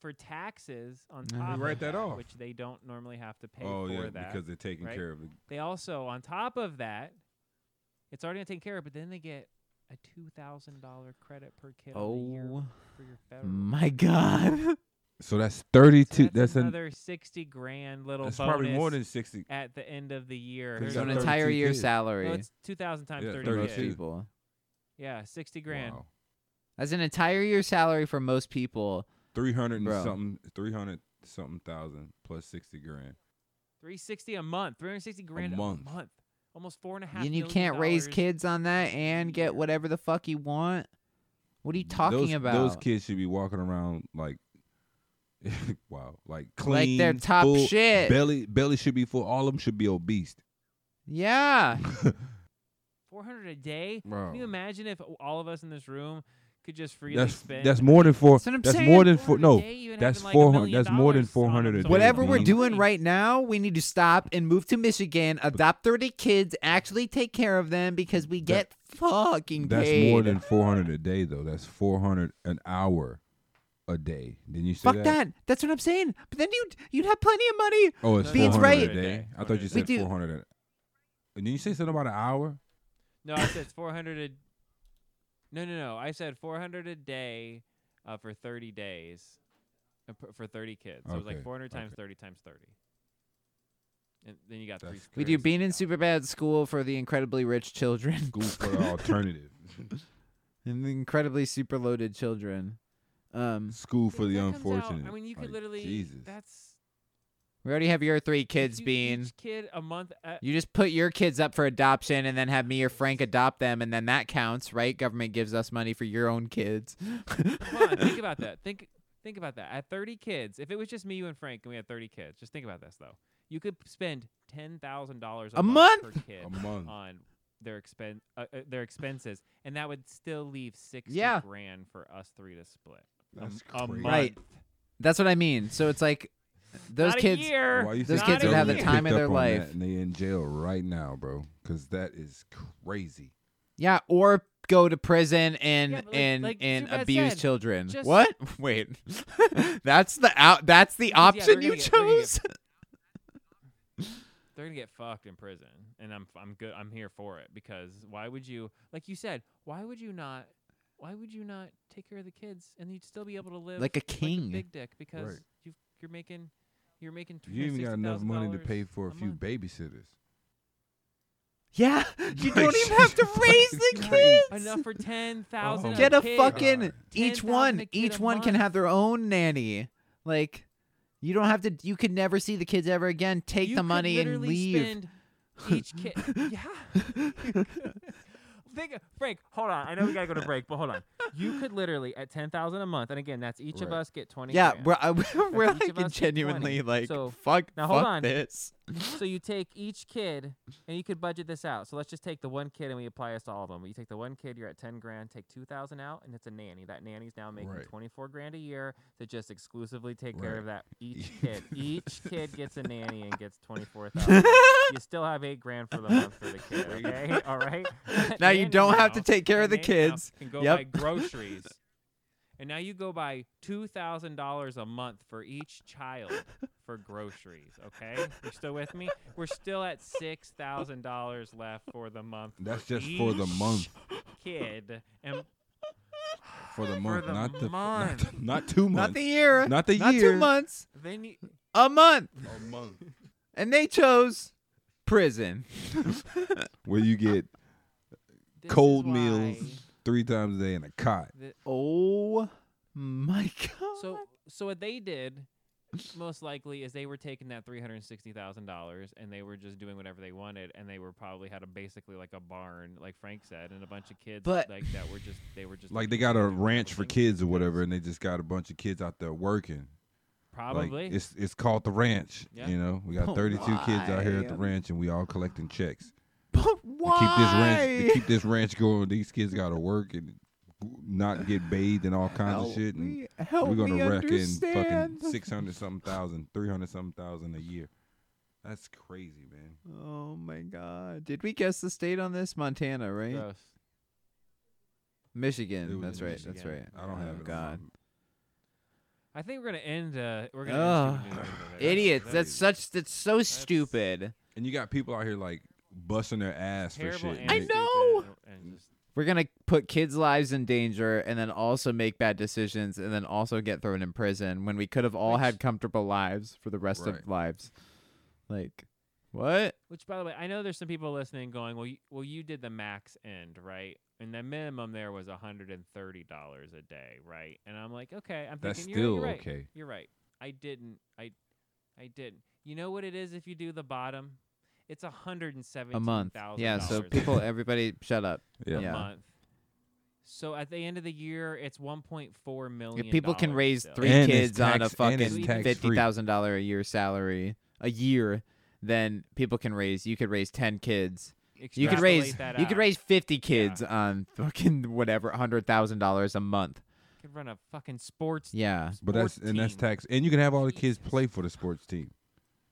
for taxes on Mhm. top of Write that off. which they don't normally have to pay oh for yeah, that. because they're taking right? care of it. they also on top of that, it's already taken care of, but then they get a two thousand dollar credit per kid on the year Oh for your federal. my [LAUGHS] god. So that's So thirty-two. that's, Mm. that's an- another sixty grand little that's bonus probably more than sixty. at the end of the year. There's It's Or an another something. entire 32 year's kids. Well, salary it's two thousand times Yeah, thirty. for kids. most 32. people. Yeah, sixty grand. Wow. That's an entire year's salary for most people. Three hundred and Bro. something. Three hundred something thousand plus sixty grand. Three sixty a month. Three hundred sixty grand month. Almost four and a half. And you million can't raise dollars. kids on that and get year. whatever the fuck you want. What are you talking those, about? Those kids should be walking around like, [LAUGHS] wow, like Like clean, they're top full- shit. Belly, belly should be full. All of them should be obese. [LAUGHS] Yeah. Four hundred a day. Bro. Can you imagine if all of us in this room could just freely that's spend? that's more than four. That's what I'm That's saying. more than four four. hundred a No, day, even that's having, like, a 400 million that's more than dollars on 400 a them day. somewhere. Whatever we're Mhm. doing right now, we need to stop and move to Michigan, adopt 30 kids, actually take care of them because we get That- fucking that's paid. more than four hundred a day though. That's four hundred an hour a day. Didn't you say Fuck that. That's what I'm saying. But then you'd you'd have plenty of money. Oh, it's Beats four hundred right. a day. I thought you We said do- four hundred. And didn't you say something about an hour? No, I said four hundred a. No, no, no. I said four hundred a day, uh, for thirty days, uh, p- for thirty kids. So it was like Okay, four hundred times okay. thirty times thirty. And then you got three. That's We do being in Super. super bad school for the incredibly rich children. [LAUGHS] School for the alternative. and the incredibly super loaded children. Um, School for If the that comes out, unfortunate. I mean, you could Like, literally. Jesus. That's we already have your three kids, you- Bean. e-, Each kid a month. uh, You just put your kids up for adoption and then have me or Frank adopt them, and then that counts, right? Government gives us money for your own kids. [LAUGHS] [LAUGHS] come on, think about that. Think think about that. At 30 kids, if it was just me, you, and Frank, and we had 30 kids, just think about this though. You could spend ten thousand dollars A per month? kid A month. on their expen uh, uh, their expenses, and that would still leave sixty Yeah. grand for us three to split. That's a crazy. month. Right. That's what I mean. So it's like those Not kids. A year. Why you Those think kids the would have the government time of picked their up on life. that and they in jail right now, bro. Because that is crazy. Yeah, or go to prison and Yeah, but like- and like and Zubaz abuse said, children. just- What? [LAUGHS] Wait. that's the out that's the Because, yeah, they're option you gonna get- they're gonna get- chose? They're gonna get fucked in prison, and I'm I'm good. I'm here for it because why would you? Like you said, why would you not? Why would you not take care of the kids and you'd still be able to live Like a king. big dick because Right. you you're making you're making You even got enough money to $360,000 pay for a few month. babysitters. [LAUGHS] yeah. You Like, don't even have to Jesus raise the Christ. kids. Enough [LAUGHS] for ten thousand. Oh Get a kid. fucking God. each 10,000 a one kid each a one can month. have their own nanny. Like you don't have to you could never see the kids ever again. Take You the could money and literally leave. spend each [LAUGHS] kid. yeah. Think, Frank, hold on. I know we gotta go to break, but hold on. You could literally at ten thousand a month, and again, that's each of Right. us get twenty. Yeah, grand. we're, I- [LAUGHS] we're each of like us get 20. genuinely like So, fuck now hold fuck on. this. so you take each kid and you could budget this out. So let's just take the one kid and we apply this to all of them. You take the one kid, you're at 10 grand, take 2000 out and it's a nanny. That nanny's now making Right. 24 grand a year to just exclusively take care Right. of that [LAUGHS] each kid. each kid gets a nanny and gets [LAUGHS] 24,000. you still have 8 grand for the month for the kid, okay? [LAUGHS] All right? That [LAUGHS] [LAUGHS] Now you nanny don't have to now- take that care of the nanny now kids. Can go Yep. buy groceries. [LAUGHS] And now you go buy two thousand dollars a month for each [LAUGHS] child for groceries. Okay, you still with me? We're still at six thousand dollars left for the month. That's just for the month. Kid and For the month, the not the month. Not, the- [LAUGHS] not two months. Not the year. Not the Not two year. months. then you, A month. a month. And they chose prison. Where you get this is cold why meals three times a day in a cot. the- Oh my [LAUGHS] god. so so what they did most likely is they were taking that three hundred sixty thousand dollars and they were just doing whatever they wanted and they were probably had a basically like a barn like Frank said and a bunch of kids But- like that were just they were just Like they got a doing ranch for things. kids or whatever, and they just got a bunch of kids out there working. Like, probably it's it's called the ranch. Yeah. You know, we got But 32 kids out here at the why? ranch, and we all collecting checks. But To keep this ranch, why? to keep this ranch going, these kids got to work and not get bathed and all kinds help of shit. And me, help we're gonna me wreck in understand. fucking six hundred something thousand, three hundred something thousand a year. That's crazy, man. Oh my god. Did we guess the state on this? Montana, right? Gross. Michigan. It was That's in right. That's Michigan. right. I don't oh have it. on God. my- I think we're gonna end. Uh, we're gonna. end Ugh. Stupid News Minute there. Idiots. That That's is- such. That's so stupid. And you got people out here like busting their ass for Terrible shit. and I nigga. know. stupid and- and just- We're gonna put kids' lives in danger, and then also make bad decisions, and then also get thrown in prison when we could have all had comfortable lives for the rest Right. of lives. Like, what? Which, by the way, I know there's some people listening going, "Well, you, well, you did the max end, right?" And the minimum there was $130 a day, right? And I'm like, okay, I'm That's thinking you're, still you're right. okay. You're right. I didn't. I, I didn't. You know what it is if you do the bottom? It's a hundred and seventeen A month. thousand. Yeah. So people, everybody, [LAUGHS] shut up. Yeah. a yeah. month. So at the end of the year, it's one point four million. If people can dollars raise still. three And it's kids on a tax- and it's fucking fifty tax-free. thousand dollar a year salary a year, then people can raise. You could raise ten kids. You could raise. Extrapolate that You could out. raise fifty kids on fucking whatever hundred thousand dollars a month. Could run a fucking sports. Yeah. But that's sports and that's team. tax. And you can have all the kids Jesus. play for the sports team.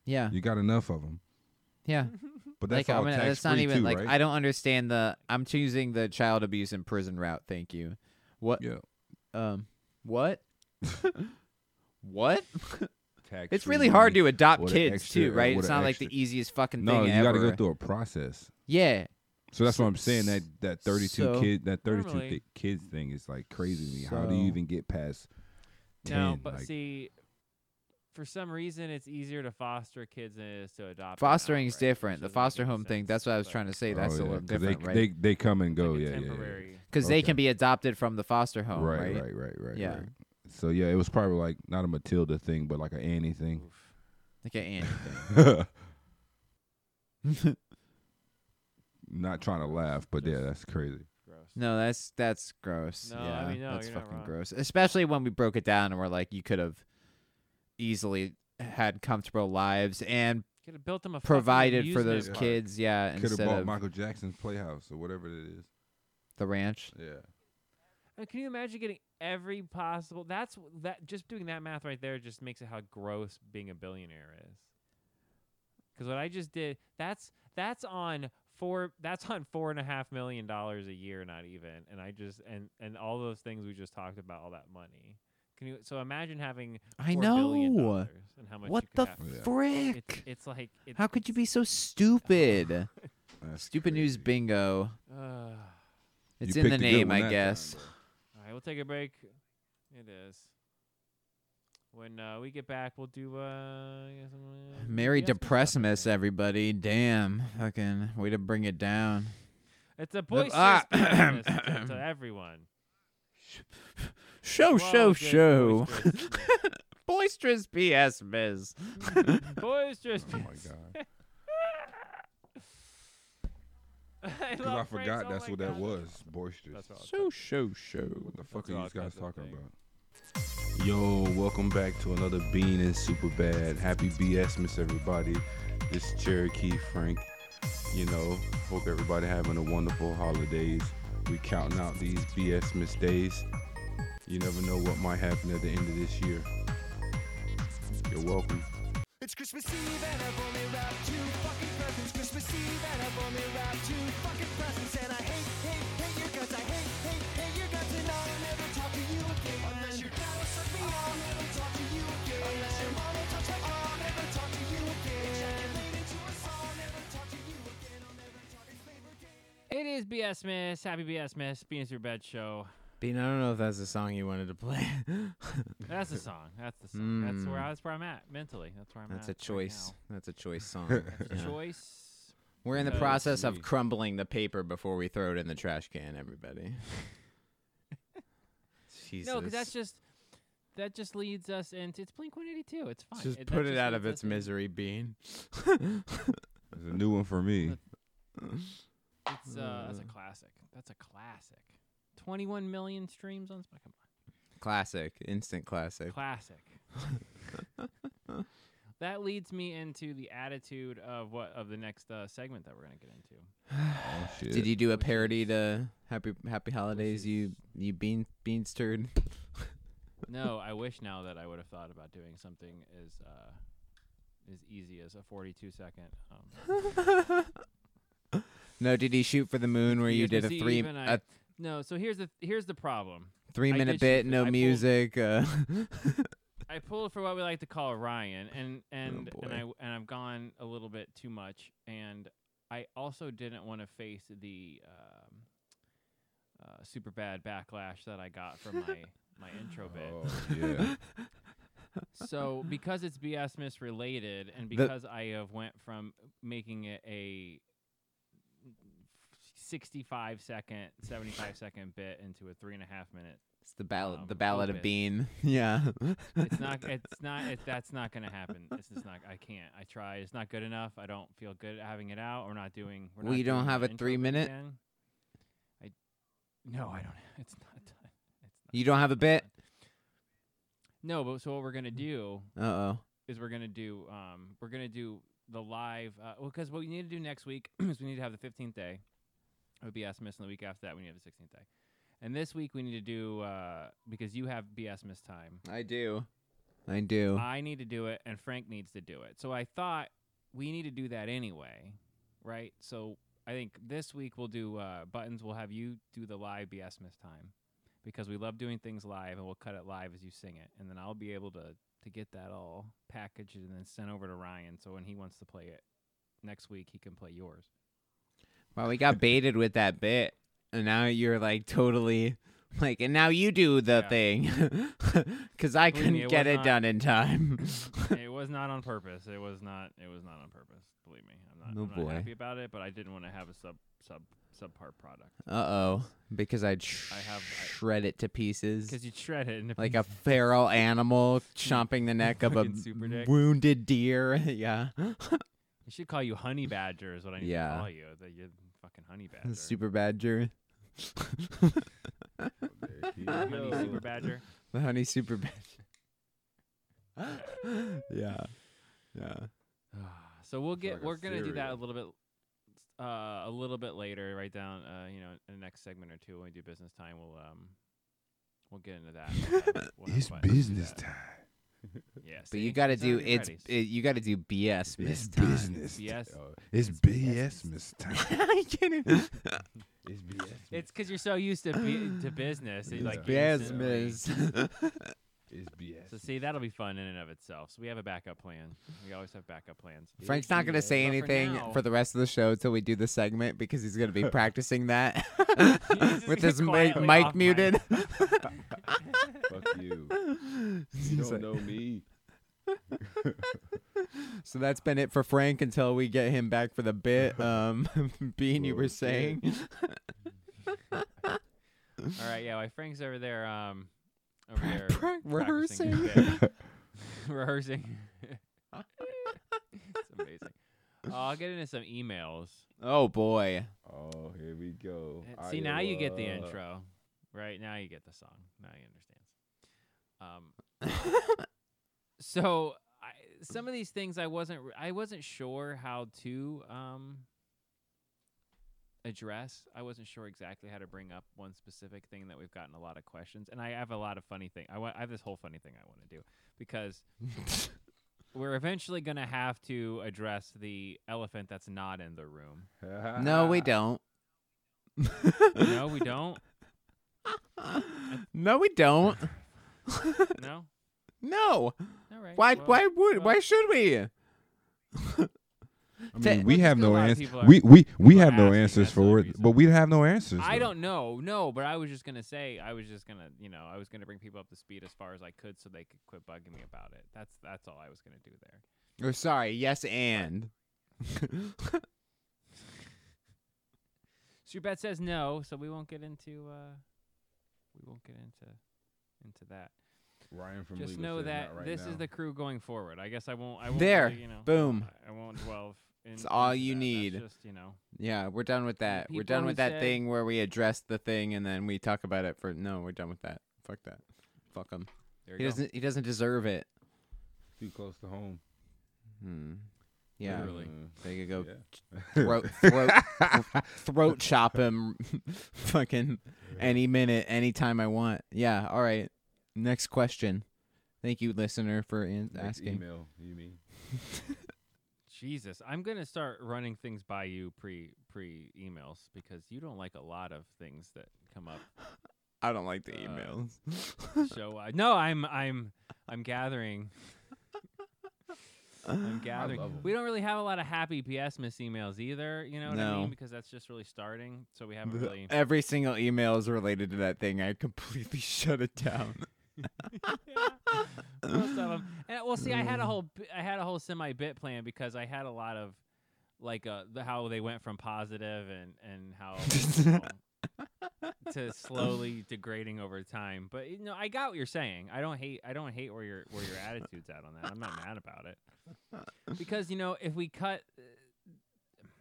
Yeah. You got enough of them. Yeah. But that's like all I mean, tax that's not even too, like right? I don't understand the. I'm choosing the child abuse in prison route. Thank you. What? yeah. Um. [LAUGHS] What? what? Tax It's really hard to adopt what a kids extra- too, right? what It's a not like the extra. easiest fucking No, thing you ever. gotta go through a process. Yeah. So that's So- what I'm saying. That that 32 so- kid that 32 Normally- thi- kids thing is like crazy to me. How do you So- even get past? 10? No, but like, see, for some reason, it's easier to foster kids than it is to adopt. them Fostering's outright, different. which The doesn't make foster any home thing, sense, that's what I was but trying to oh, say. That's a yeah, little 'cause different, they, right? They they come and it's like go. a yeah, yeah, yeah, temporary. Because they Okay. can be adopted from the foster home, right, right? right, right, right, right. Yeah. So yeah, it was probably like not a Matilda thing, but like an Annie thing. Oof. Okay, [LAUGHS] Mm. [LAUGHS] and not trying to laugh, but yeah, that's crazy. Gross. no, that's that's gross. No, I yeah, mean, no, that's you're not fucking wrong. gross. Especially when we broke it down and we're like, you could have easily had comfortable lives and Could have built them a fucking provided for those amusement park. kids. Yeah, Could have instead bought of Michael Jackson's Playhouse or whatever it is. the ranch. Yeah. I mean, can you imagine getting every possible? That's that. Just doing that math right there just makes it how gross being a billionaire is. Because what I just did, that's that's on four. That's on four and a half million dollars a year, not even. And I just and and all those things we just talked about, all that money. Can you? So imagine having. I $4 billion know. dollars and how much. What you could the have. Yeah. frick? It's, it's like. It's, How could you be [LAUGHS] so stupid? That's Stupid news crazy. bingo. Uh, all You It's in the picked a good name, one I that guess. time, right, we'll take a break. It is. When uh, we get back, we'll do. Uh, I guess, uh, Merry yes, we'll stop it Depressimus, there. everybody. Damn. Fucking way to bring it down. It's a boisterous ah, Christmas to, [CLEARS THROAT] to everyone. Show, show, Well, good show. [LAUGHS] boisterous- Boisterous BS, Miz. Boisterous. Oh my god! [LAUGHS] I, Because I love Frank's, forgot oh that's my what that God. was. Boisterous. That's all. Show, show, show. What the fuck That's are all you I guys got to talking think. about? Yo, welcome back to another Bean and Super Bad. Happy BS, miss everybody. This is Cherokee Frank. You know, hope everybody having a wonderful holidays. We counting out these BS miss days. You never know what might happen at the end of this year. You're welcome. It's Christmas Eve and I've only wrapped two fucking presents. Christmas Eve and I've only wrapped two fucking presents. And I hate, hate, hate your guts. I hate, hate, hate your guts. And I'll never talk to you again. Unless you're jealous of me, I'll never talk to you again. Unless your mama talks like I'll never talk to you again. Ejaculate into a song, I'll never talk to you again. I'll never talk to you again. It is BS Miss. Happy BS Miss. Beans Your Bed Show. Bean, I don't know if that's the song you wanted [LAUGHS] to play. That's [LAUGHS] the song. That's the song. That's where Mm. I- that's where I'm at mentally. That's where I'm that's at. a right choice. now. That's [LAUGHS] a choice song. It's a [LAUGHS] Yeah. choice. Oh, We're in the That's process me. of crumbling the paper before we throw it in the trash can, [LAUGHS] everybody. Jesus. No, because that's just that just leads us into it's Blink 182. It's fine. Just that put it out leads of its us in- misery, [LAUGHS] Bean. There's a new one for me. It's uh, Mm. that's a classic. That's a classic. 21 million streams on Spotify. Come classic. Instant classic. on. Classic. [LAUGHS] that leads me into the attitude of what of the next uh, segment that we're gonna get into. Oh, shit. Did you do a Which parody to Happy Happy Holidays? You you bean bean stirred. No, I wish now that I would have thought about doing something as uh, as easy as a 42 second. Um, No, did he shoot for the moon where you Yes, did a see, three even I- a no, so here's the here's the problem. three I minute did shoot bit, for- no I pulled- music? Uh, [LAUGHS] I pulled for what we like to call Ryan, and and boy. and I and I've gone a little bit too much, and I also didn't want to face the um, uh, super bad backlash that I got from my my intro bit. Oh, [LAUGHS] yeah. So because it's BS misrelated, and because I have went from making it a 65 second, 75 second bit into a three and a half minute [LAUGHS] It's the ballad, Um, the ballad open. of Bean. [LAUGHS] Yeah. It's not. It's not. It, that's not going to happen. This is not. I can't. I tried. It's not good enough. I don't feel good at having it out. We're not doing. We're Well, not you don't doing have the a intro three bit minute? again. I. No, I don't. [LAUGHS] It's not done. It's not You don't have a bit? No, but so what we're gonna do Uh oh. is we're gonna do. Um, we're gonna do the live. Uh, well, because what we need to do next week [CLEARS THROAT] is we need to have the fifteenth day. It would be BS miss, and the week after that we need to have the sixteenth day. And this week we need to do uh, because you have BS miss time. I do. I do. I need to do it, and Frank needs to do it. So I thought we need to do that anyway, right? So I think this week we'll do uh, buttons. We'll have you do the live BS Miss time because we love doing things live, and we'll cut it live as you sing it, and then I'll be able to to get that all packaged and then sent over to Ryan. So when he wants to play it next week, he can play [LAUGHS] yours. well, we got baited with that bit, and now you're like totally like, and now you do the Yeah. thing. [LAUGHS] 'Cause I Believe me, couldn't it get was it not- done [LAUGHS] in time. it was not on purpose. It was not. It was not on purpose. Believe me, I'm not, Oh, I'm not boy. happy about it. But I didn't want to have a sub sub subpart product uh oh, because I'd sh- I have- I- shred it to pieces. because you'd shred it and Like a feral [LAUGHS] animal chomping the neck of a Fucking super dick. wounded deer. [LAUGHS] yeah. I should call you honey badger is what I need Yeah. to call you. That you're fucking [LAUGHS] honey badger. Super badger. There you honey [LAUGHS] go. super [LAUGHS] badger. The honey super badger. yeah. Yeah. Ah, so we'll feel get like a we're gonna do theory that a of- little bit uh a little bit later, right down uh, you know, in the next segment or two when we do business time we'll um we'll get into [LAUGHS] that. We'll have- we'll have It's fun. business Yeah. time. Yeah, But see? you got to It's do already it's ready. it, you got to do BS It's miss time. [LAUGHS] business. ti- BS. oh, It's It's BS miss time. I can't even. It's [LAUGHS] BS. It's because you're so used to be, [LAUGHS] to business. that you, Yeah. like you BS instantly- miss. [LAUGHS] It's So BS. see, that'll be fun in and of itself. So we have a backup plan. We always have backup [LAUGHS] plans. Frank's not gonna say But for anything now- for the rest of the show until we do the segment because he's gonna [LAUGHS] be practicing that [LAUGHS] just with gonna his mic, quietly mic off mic. muted. [LAUGHS] Fuck you. You He's don't like- know me. So that's been it for Frank until we get him back for [LAUGHS] the bit. Um, [LAUGHS] Bean, you were Okay. saying. All right, yeah. Why Frank's over there, um, over [LAUGHS] there Prank practicing [LAUGHS] his rehearsing. bit. [LAUGHS] rehearsing. it's amazing. Uh, I'll get into some emails. Oh boy. Oh, here we go. Uh, See, now you get the Iowa. [LAUGHS] intro. Right now, you get the song. Now he understands. Um, so I, some of these things I wasn't r- I wasn't sure how to um address. I wasn't sure exactly how to bring up one specific thing that we've gotten a lot of questions, and I have a lot of funny thing. I wa- I have this whole funny thing I want to do because we're eventually gonna have to address the elephant that's not in the room. No, Uh-huh. we don't. No, we don't. [LAUGHS] No, we don't. No. No. All right. Why? well- Why would? well- Why should we? I Ta- mean, Well, we just have 'cause a no lot of answers. people are- We we we people are have no asking, answers that's the for it, reason. but we have no answers. I though. don't know, no, but I was just gonna say, I was just gonna, you know, I was gonna bring people up to speed as far as I could, so they could quit bugging me about it. That's that's all I was gonna do there. Or Oh, sorry. Yes, and. [LAUGHS] So your bet says no, so we won't get into, uh, we won't get into, into that. Ryan from just Legal know says not that right this now. is the crew going forward. I guess I won't. I won't. There, really, you know, boom. I, I won't dwell. In, It's all into you that. need. That's just you know. yeah, we're done with that. We're people done who with that say- thing where we address the thing and then we talk about it for. No, we're done with that. Fuck that. Fuck him. There He you go. doesn't. He doesn't deserve it. too close to home. Uh, Hmm. Yeah. Oh, Literally. They could go Yeah. [LAUGHS] throat throat throat chop him, [LAUGHS] fucking any minute, any time I want. Yeah. All right. Next question. Thank you, listener, for in- Next asking. email. You mean? Jesus, I'm gonna start running things by you pre pre emails because you don't like a lot of things that come up I don't like the Uh, emails. show. I, no, I'm I'm I'm gathering. [LAUGHS] I'm gathering. love 'em. We don't really have a lot of happy PS miss emails either. You know what I No. mean? Because that's just really starting. So we [LAUGHS] haven't really. Every single email is related to that thing. I completely [LAUGHS] shut it down. [LAUGHS] Yeah. Most of 'em. And well, see, I had a whole bi- I had a whole semi bit plan because I had a lot of like uh, the, how they went from positive and and how you know, to slowly degrading over time. But you know, I got what you're saying. I don't hate I don't hate where your where your attitude's at on that. I'm not mad about it because you know if we cut. uh,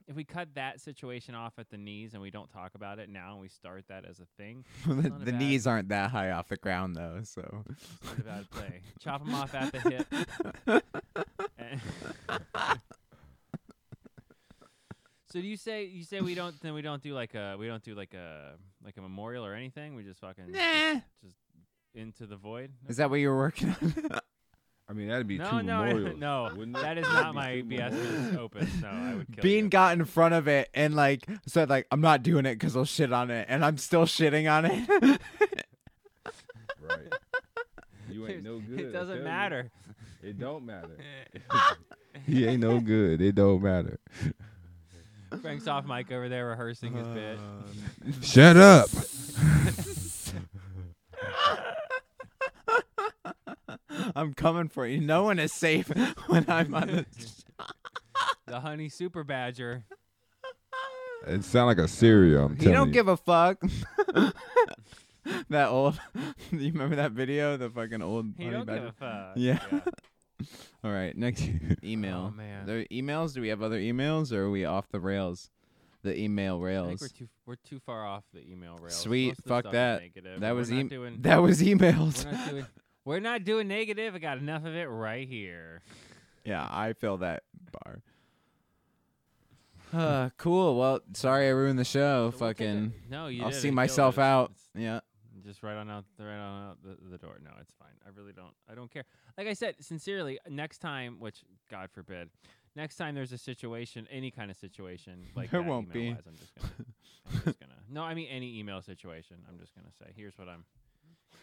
If we cut that situation off at the knees and we don't talk about it now and we start that as a thing, the not a the bad- knees aren't that high off the ground though, [LAUGHS] so not a bad play. Chop 'em off at the hip. And- [LAUGHS] so do you say you say we don't then we don't do like a we don't do like a like a memorial or anything? We just fucking Nah. just into the void. Is that what you were working on? I mean, that'd be no, [LAUGHS] two no, memorials. no. wouldn't it? That is That'd not be my two BS. memorials. It's open, so I would kill Bean you. got in front of it and like said like I'm not doing it because I'll shit on it, and I'm still shitting on it. Right. You ain't no good. [LAUGHS] I it tell you. doesn't matter. It [LAUGHS] don't matter. he ain't no good. It don't matter. Frank's off mic over there rehearsing his bit. Uh. Shut up. I'm coming for you. No one is safe [LAUGHS] when I'm [LAUGHS] on the. The honey super badger. It sound like a cereal. I'm He telling don't you. give a fuck. [LAUGHS] that old. [LAUGHS] you remember that video? The fucking old. He honey don't badger? give a fuck. Yeah. All right, next email. Oh, man. There emails? Do we have other emails, or are we off the rails? The email I think we're rails. too we're too far off the email rails. Sweet, Most of the fuck stuff is that. negative. That We're was not em- doing- that [LAUGHS] was We're emails. not doing. We're not doing negative. I got enough of it right here. [LAUGHS] yeah, I feel that bar. Uh, [SIGHS] cool. Well, sorry I ruined the show. So we'll take Fucking, it- No, you. I'll did see it. Killed myself us. out. It's Yeah. just right on out, right on out the, the door. No, it's fine. I really don't. I don't care. Like I said, sincerely, next time, which God forbid, next time there's a situation, any kind of [LAUGHS] situation, like There that won't be. email-wise, I'm just gonna. I'm just gonna. No, I mean any email situation. I'm just gonna say, here's what I'm.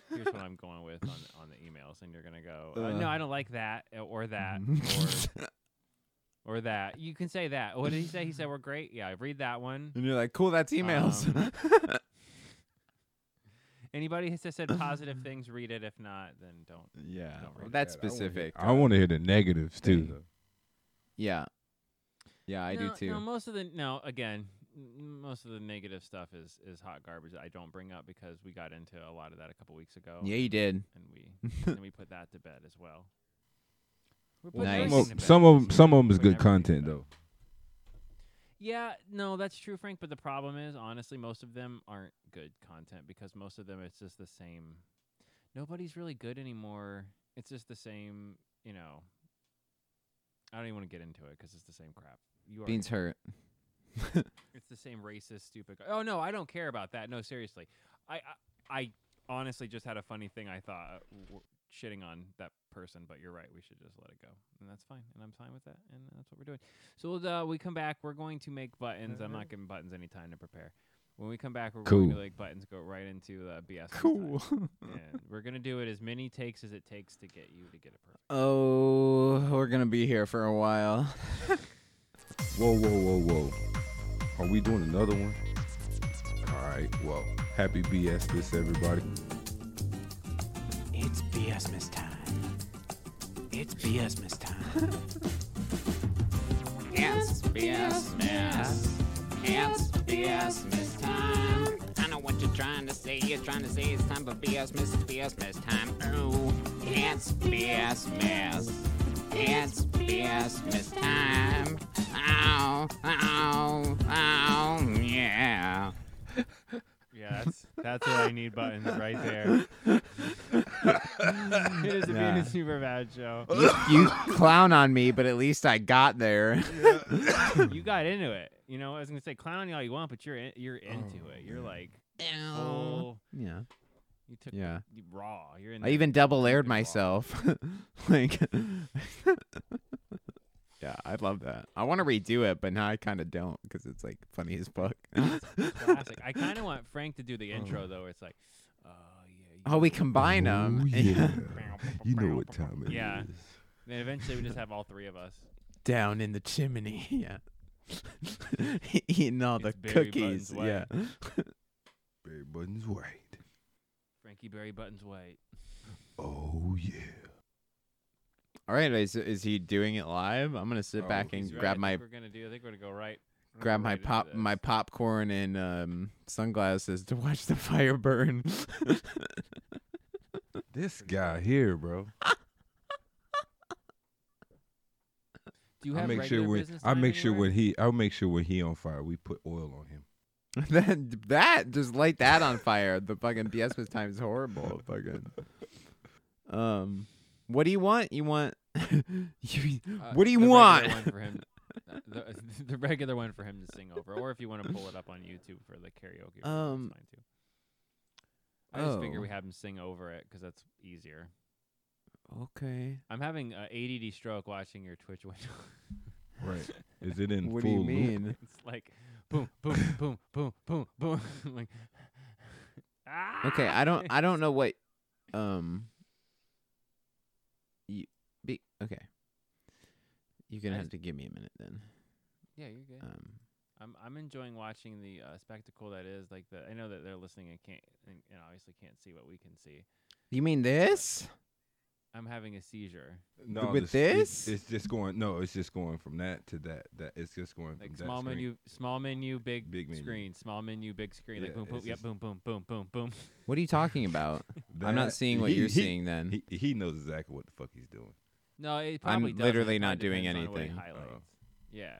Here's what I'm going with on on the emails, and you're gonna go. Uh, no, Uh. I don't like that uh, or [LAUGHS] that or or that. You can say that. What did he say? He said we're great. Yeah, read that one. and you're like, cool. That's emails. Um, [LAUGHS] Anybody has said positive things, read it. If not, then don't. yeah, don't read that's that. I wanna hear- specific. I want to hear the negatives too. yeah, yeah, I no, do too. No, most of the no. Again, m- most of the negative stuff is is hot garbage. that I don't bring up because we got into a lot of that a couple weeks ago. yeah, you did. and we and we put that to bed as well. We're putting Nice. everything Some to of, bed. some of 'em- some of 'em is Putting good everything to content bed. though. Yeah, no, that's true, Frank. But the problem is, honestly, most of them aren't good content because most of them it's just the same. Nobody's really good anymore. It's just the same, you know. I don't even want to get into it 'cause it's the same crap. You are Beans hurt. it's the same racist, stupid. gu- Oh no, I don't care about that. No, seriously, I I, I honestly just had a funny thing I thought uh, w- shitting on that person, but you're right. We should just let it go, and that's fine, and I'm fine with that, and that's what we're doing. So we'll, uh, we come back. We're going to make buttons. I'm not giving buttons any time to prepare. When we come back, we're going to Cool. like buttons go right into uh, BS. next time. Cool. and we're gonna do it as many takes as it takes to get you to get it perfect. Oh, we're gonna be here for a while. Whoa, whoa, whoa, whoa. Are we doing another one? All right. Well, happy BS this everybody. It's BS Miss time. It's BS Miss time. It's BS mess. It's BS miss time. I know what you're trying to say. You're trying to say it's time for BS miss. It's BS miss time. Ooh, it's BS miss. It's BS miss time. Ow, ow, ow, yeah. Yeah, that's that's what I need buttons right there. it is a Nah. Venus super bad [LAUGHS] show. you, you clown on me, but at least I got there. [LAUGHS] you got into it. You know, I was gonna say clown you all you want, but you're in, you're Oh, into it. You're like, oh, Yeah. you took Yeah. you raw. You're in. I there. even double aired raw. myself. [LAUGHS] like Yeah, I love that. I want to redo it, but now I kind of don't cuz it's like funny as fuck. [LAUGHS] [LAUGHS] Oh. classic. I kind of want Frank to do the intro though. Where it's like, uh, Oh, [LAUGHS] we combine [LAUGHS] them. Oh, yeah. you know what time it is. Yeah. And eventually we just have all three of us. Down in the chimney. [LAUGHS] Yeah. Eating all It's the Barry Buttons' cookies. way. Yeah. Barry Button's white. Frankie Berry Buttons White. Oh yeah. All right. Is is he doing it live? I'm gonna sit Oh, back he's and He's right, grab I my think we're gonna do. I think we're gonna go right. we're gonna grab go my right into pop my this. popcorn and um, sunglasses to [LAUGHS] watch the fire burn. This guy here, bro. Do you I have make sure regular when business I time make sure anywhere? when he I'll make sure when he on fire we put oil on him. [LAUGHS] that that just light that on fire. The fucking Biesmas time is horrible. Fucking. Um, what do you want? You want? [LAUGHS] you, Uh, what do you the regular want? one for [LAUGHS] him- uh, the, the regular one for him to sing over, or if you want to pull it up on YouTube for the karaoke, version, that's Um, fine too. I just figure oh. we have him sing over it because that's easier. Okay. I'm having uh, a ADD stroke watching your Twitch window. [LAUGHS] Right. Is it in What do full you loop? mean? it's like boom, [LAUGHS] boom, boom, boom, boom, boom. [LAUGHS] I'm like, ah! Okay, I don't I don't know what um you be okay. You're gonna I have just- to give me a minute then. Yeah, you're good. Um I'm I'm enjoying watching the uh, spectacle that is like the. I know that they're listening and can't and, and obviously can't see what we can see. You mean this? I'm having a seizure. No, With it's- this? it's, just going. No, it's just going from that to that. That it's just going from Like that small screen. menu, small menu, big, Big menu. screen, small menu, big screen. like Yeah, boom, boom, it's yep, just- boom, boom, boom, boom, boom. What are you talking about? I'm not That- seeing what he- you're he- seeing then. He he knows exactly what the fuck he's doing. No, it probably. doesn't. literally It not probably doing depends on what it anything. highlights. Oh. Yeah,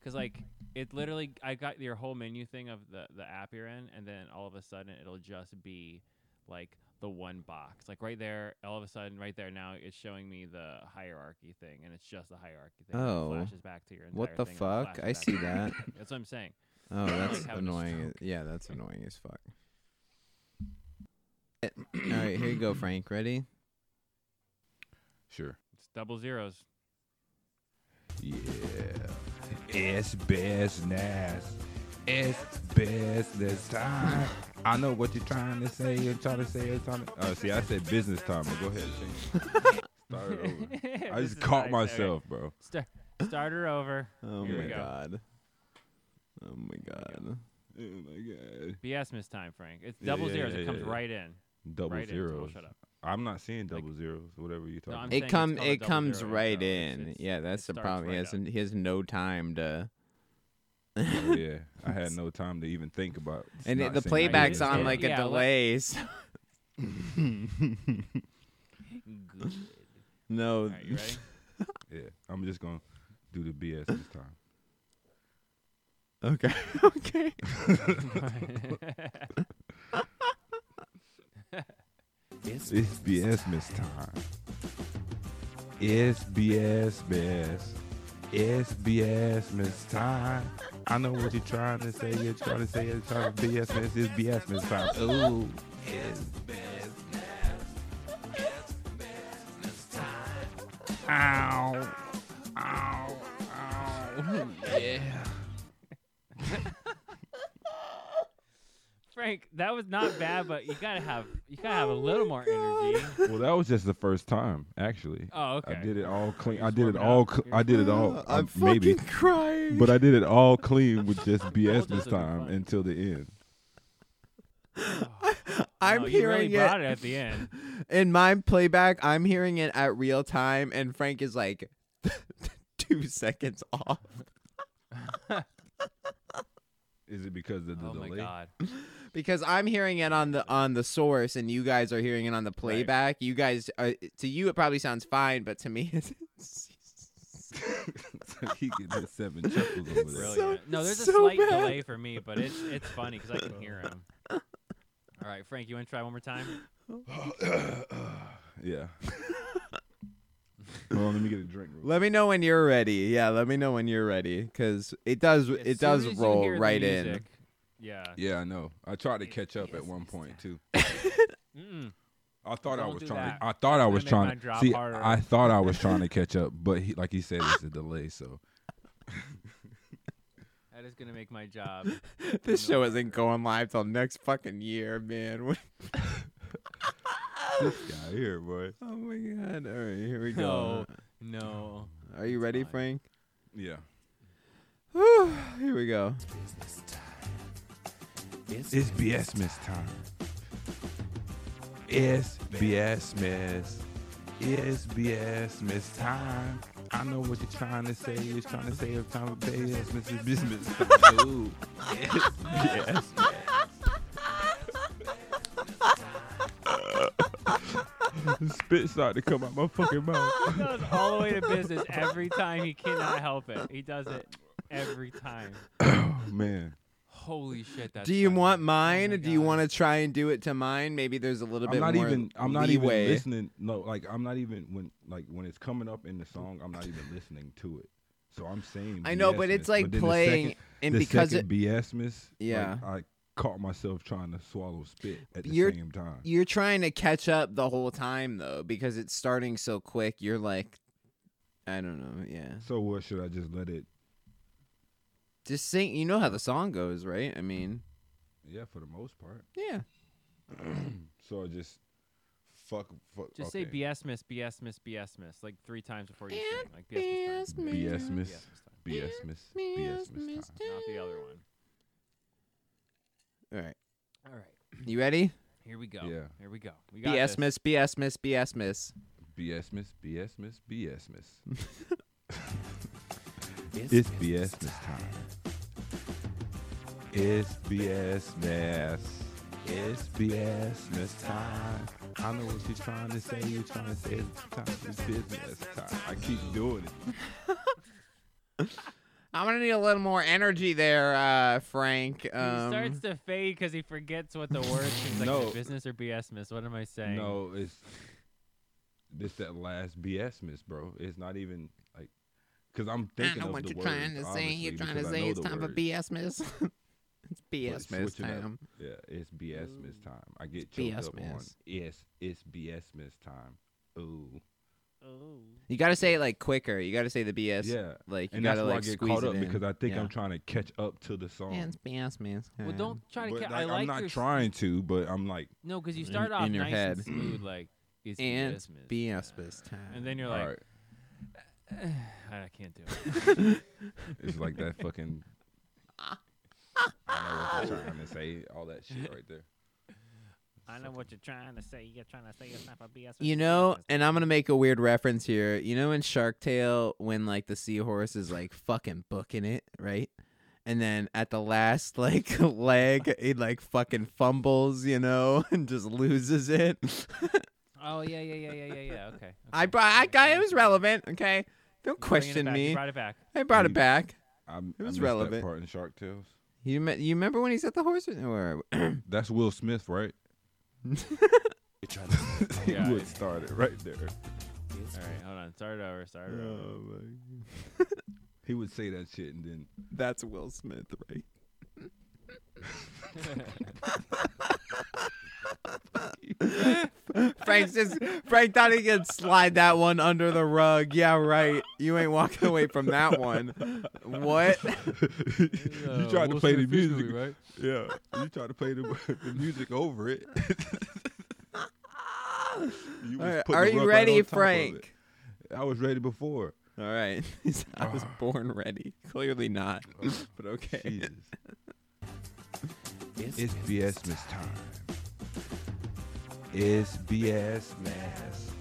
because like it literally, I got your whole menu thing of the the app you're in, and then all of a sudden it'll just be like the one box, like right there. All of a sudden, right there now, it's showing me the hierarchy thing, and it's just the hierarchy thing. and it Oh. flashes back to your entire What the thing, and it fuck? flashes I back see to your that. thing. [LAUGHS] That's what I'm saying. [CLEARS THROAT] Oh, that's having a annoying. stroke. Yeah, that's annoying as fuck. [CLEARS THROAT] All right, here you go, Frank. Ready? Sure. It's double zeros. [LAUGHS] Yeah. It's business. It's business time. I know what you're trying to say. You're trying to say. You're trying to. Oh, see, I said business time. But go ahead. [LAUGHS] Change. it. Start it over. I This just is caught nice, okay. myself, bro. Start, start her over. Oh Here we my go. god. Oh my god. Oh my god. BS miss time, Frank. It's Yeah, double yeah, zeros. yeah, it comes yeah, yeah. right in. Double right in. so we'll zeros. Shut up. I'm not seeing double zeros. Whatever you're No, I'm talking. saying It it's come called a it double comes zero, right though. It's- in. it's- yeah, it that's the starts problem. he right up. hasn't he has no time to about. Oh, yeah. I had no time to even think about. And not the saying playback's Yeah. business on time. like Yeah, a let- [LAUGHS] delay. so- Good. no. All right, you ready? Yeah, I'm just gonna do the BS this [LAUGHS] time. Okay. okay. [LAUGHS] It's It's BS miss time. It's BS miss. It's BS miss time. I know what you're trying to say. You're trying to say it's trying to BS miss. It's BS miss time. Ooh, it's BS miss. Ow. Ow. Ow. Yeah. Frank, that was not bad, but you gotta have you gotta have a little more energy. Well, that was just the first time, actually. Oh, okay. I did it all clean. I just did it warming all. up. Cl- You're I did it all. I'm, um, [LAUGHS] maybe, fucking crying. but I did it all clean with [LAUGHS] just BS Bulges this would be time fun. until the end. I'm Oh, No, you really hearing brought it it at the end. in my playback. I'm hearing it at real time, and Frank is like [LAUGHS] two seconds off. Is it because of the Oh my delay? god. because I'm hearing it on the on the source, and you guys are hearing it on the playback. You guys, are, to you, it probably sounds fine, but to me, [LAUGHS] it's [LAUGHS] so he gets his seven chuckles over there. Brilliant. So- no, there's a so slight bad. delay for me, but it's it's funny because I can hear him. All right, Frank, you want to try one more time? [LAUGHS] Yeah. Hold on, let me get a drink. real Let me know when you're ready. Yeah, let me know when you're ready, because it does As it soon does as you roll hear the right in. [LAUGHS] music- Yeah. quick. Yeah, I know. I tried to catch up at one point too. Mm-mm. I thought I Don't was do trying. that. To, I thought I Gonna was make trying mine to drop see. harder. I thought I [LAUGHS] was trying to catch up, but he, like he said, it's a delay. So That is gonna make my job. This show isn't going live till next fucking year, man. this guy here, boy. [LAUGHS] Oh my god. All right, here we No, no. Are you ready, fine. Frank? Yeah. Whew, here we go. It's BS Miss time. It's BS Miss. It's BS Miss time. I know what you're trying to say. You're trying to say it's time for BS Miss is business. Ooh. It's BS Miss. [LAUGHS] Spit started to come out my fucking mouth. Oh, He goes all the way to business [LAUGHS] every time. He cannot help it. He does it every time. Oh, man. Holy shit! That's Do you funny. Oh want mine? my or do you God. want to try and do it to mine? Maybe there's a little I'm bit not more even I'm not leeway. even listening. No, like I'm not even when like when it's coming up in the song, I'm not even listening to it. So I'm saying I know, but BS-mas, it's like then the playing, second- and the because it, second BS-mas, Yeah. like, I caught myself trying to swallow spit at the You're- same time. you're trying to catch up the whole time though, because it's starting so quick. You're like, I don't know, yeah. So what should I just let it? Just sing. You know how the song goes, right? I mean, Yeah, for the most part. yeah. So I just fuck. fuck Just say okay. BS miss, BS miss, BS miss, like three times before you sing. Like BS miss time. BS-mas, BS miss time. BS-mas, BS-mas time. Not the other one. All right, All right, you ready? here we go. Yeah. Here we go. We got BS this. miss, BS miss, BS miss. BS-mas, BS-mas, [LAUGHS] BS-mas. It's BS this time. It's BS mess. It's BS mess time. I know what you're trying to say. You're trying to say it's time. It's business time. I keep doing it. I'm gonna need a little more energy there, uh, Frank. he Um, starts to fade because he forgets what the words. He's like, No. "Is it business or BS miss. What am I saying? No, it's this that last BS miss, bro. It's not even like because I'm I thinking know of what the you're words, trying to say. You're obviously, trying to because I say know it's the time for words, BS miss. [LAUGHS] it's but BS miss switching up- time. Yeah, it's BS miss time. I get choked BS up on. miss. Yes, it's BS miss time. Ooh. Oh. You gotta say it like quicker. You gotta say the BS. Yeah, like you and that's gotta why like I get squeeze caught it up in. because I think yeah. I'm trying to catch up to the song. Yeah, it's BS miss. Well, time. don't try to. But, ca- like, I like I'm not your s- trying to, but I'm like, No, because you in- start off in your nice head. and smooth, like it's and BS miss. BS miss time. and then you're all like, right, I can't do it. it's like [LAUGHS] that fucking. I know what you're trying to say. All that shit right there. I know what you're trying to say. You're trying to say it's not a BS. You know, and I'm gonna make a weird reference here. You know, in Shark Tale, when like the seahorse is like fucking booking it, right? And then at the last [LAUGHS] like leg, it like fucking fumbles, you know, [LAUGHS] and just loses it. oh yeah, yeah, yeah, yeah, yeah, yeah. Okay. [LAUGHS] I okay. brought, I Okay, got you it was bring relevant, okay? Don't it back, question You me. brought it back. I brought it You- back. i it was That relevant. part in Shark Tales. You me- you remember when he's at the horse? Or, [COUGHS] That's Will Smith, right? [LAUGHS] Yeah, he would it's- start it right there. All right, hold on. Start it over. Start it over. He would say that shit and then that's Will Smith, right? [LAUGHS] Frank's just Frank thought he could slide that one under the rug. Yeah, right. You ain't walking away from that one. What? you tried to play the music. Yeah, you tried to play the, the music over [LAUGHS] it. You was All right, putting Are the you rug right on ready, top of Frank? it. I was ready before. All right. [LAUGHS] I was Ah. born ready. Clearly not. [LAUGHS] But okay. Jesus. it's BS miss time. It's BS mess.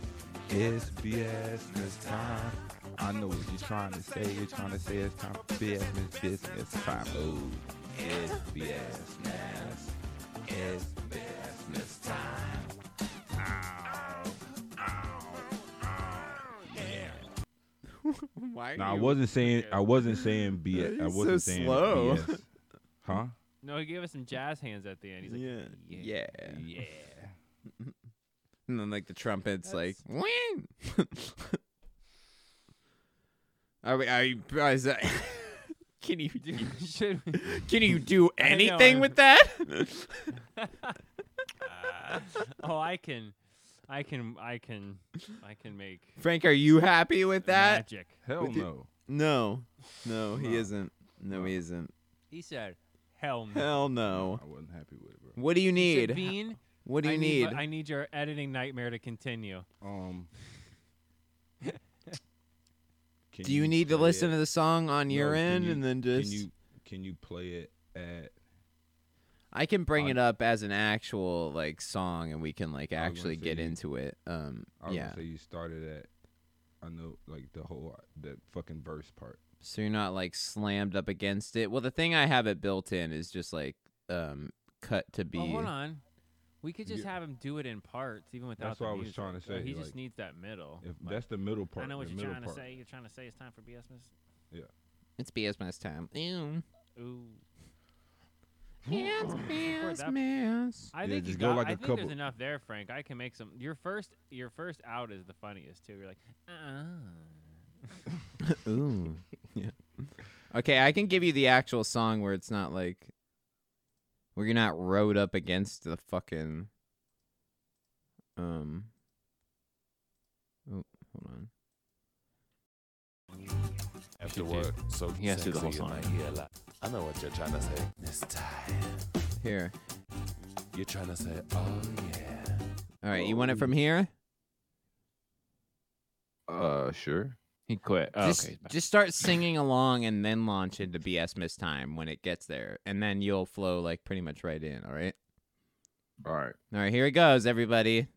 It's BS miss time. I know what you're trying to say. You're trying to say it's time for BS miss business time. Ooh, it's BS mess. It's BS miss time. Ow, ow, ow. Yeah. Why? are No, I you- wasn't saying I wasn't saying BS. I He's so wasn't saying slow. BS. Huh? No, he gave us some jazz hands at the end. He's like, yeah. yeah, yeah. Yeah. And then like the trumpets, like wing. [LAUGHS] are we? Are you? Is that, uh, [LAUGHS] can you? do- [LAUGHS] Should [LAUGHS] we? Can you do know, anything I'm- with that? [LAUGHS] Oh, I can, I can, I can, I can make Frank, are you happy with that? magic. Hell With you- no. No, no, he isn't. No, he isn't. He said, "Hell no." Hell no. I wasn't happy with it, bro. What do you He said, need? Bean, What do you I need? I need your editing nightmare to continue. [LAUGHS] Um. can do you need to play listen it- to the song on no, your can end you- and then just? Can you can you play it at? I can bring on- it up as an actual like song, and we can like I was gonna actually say get you- into it. Um, I was yeah. gonna say you started at. I know, like the whole that fucking verse part. So you're not like slammed up against it. Well, the thing I have it built in is just like um cut to be. Well, Oh, hold on. We could just Yeah. have him do it in parts, even without. That's the what I was music. trying to So say, He just like, needs that middle. If Like, that's the middle part. I know what the you're middle trying part. to say. You're trying to say it's time for BS, miss. It's BS mess time. Ew. Ooh. It's BS that- mess. I Yeah, think you just got, go like I a think couple- there's enough there, Frank. I can make some. Your first, your first out is the funniest too. You're like, uh Ooh. yeah. Okay, I can give you the actual song where it's not like where you're not rode up against the fucking um Oh, hold on. After work, so He has to do the whole sexy in my ear, like, I know what you're trying to say this time. Here. You're trying to say, oh yeah. Oh. All right, you want it from here? Uh, sure. He quit. Oh, just, okay. he's back. just start singing along and then launch into BS Miss Time when it gets there, and then you'll flow like pretty much right in. All right. All right. All right. Here it goes, everybody.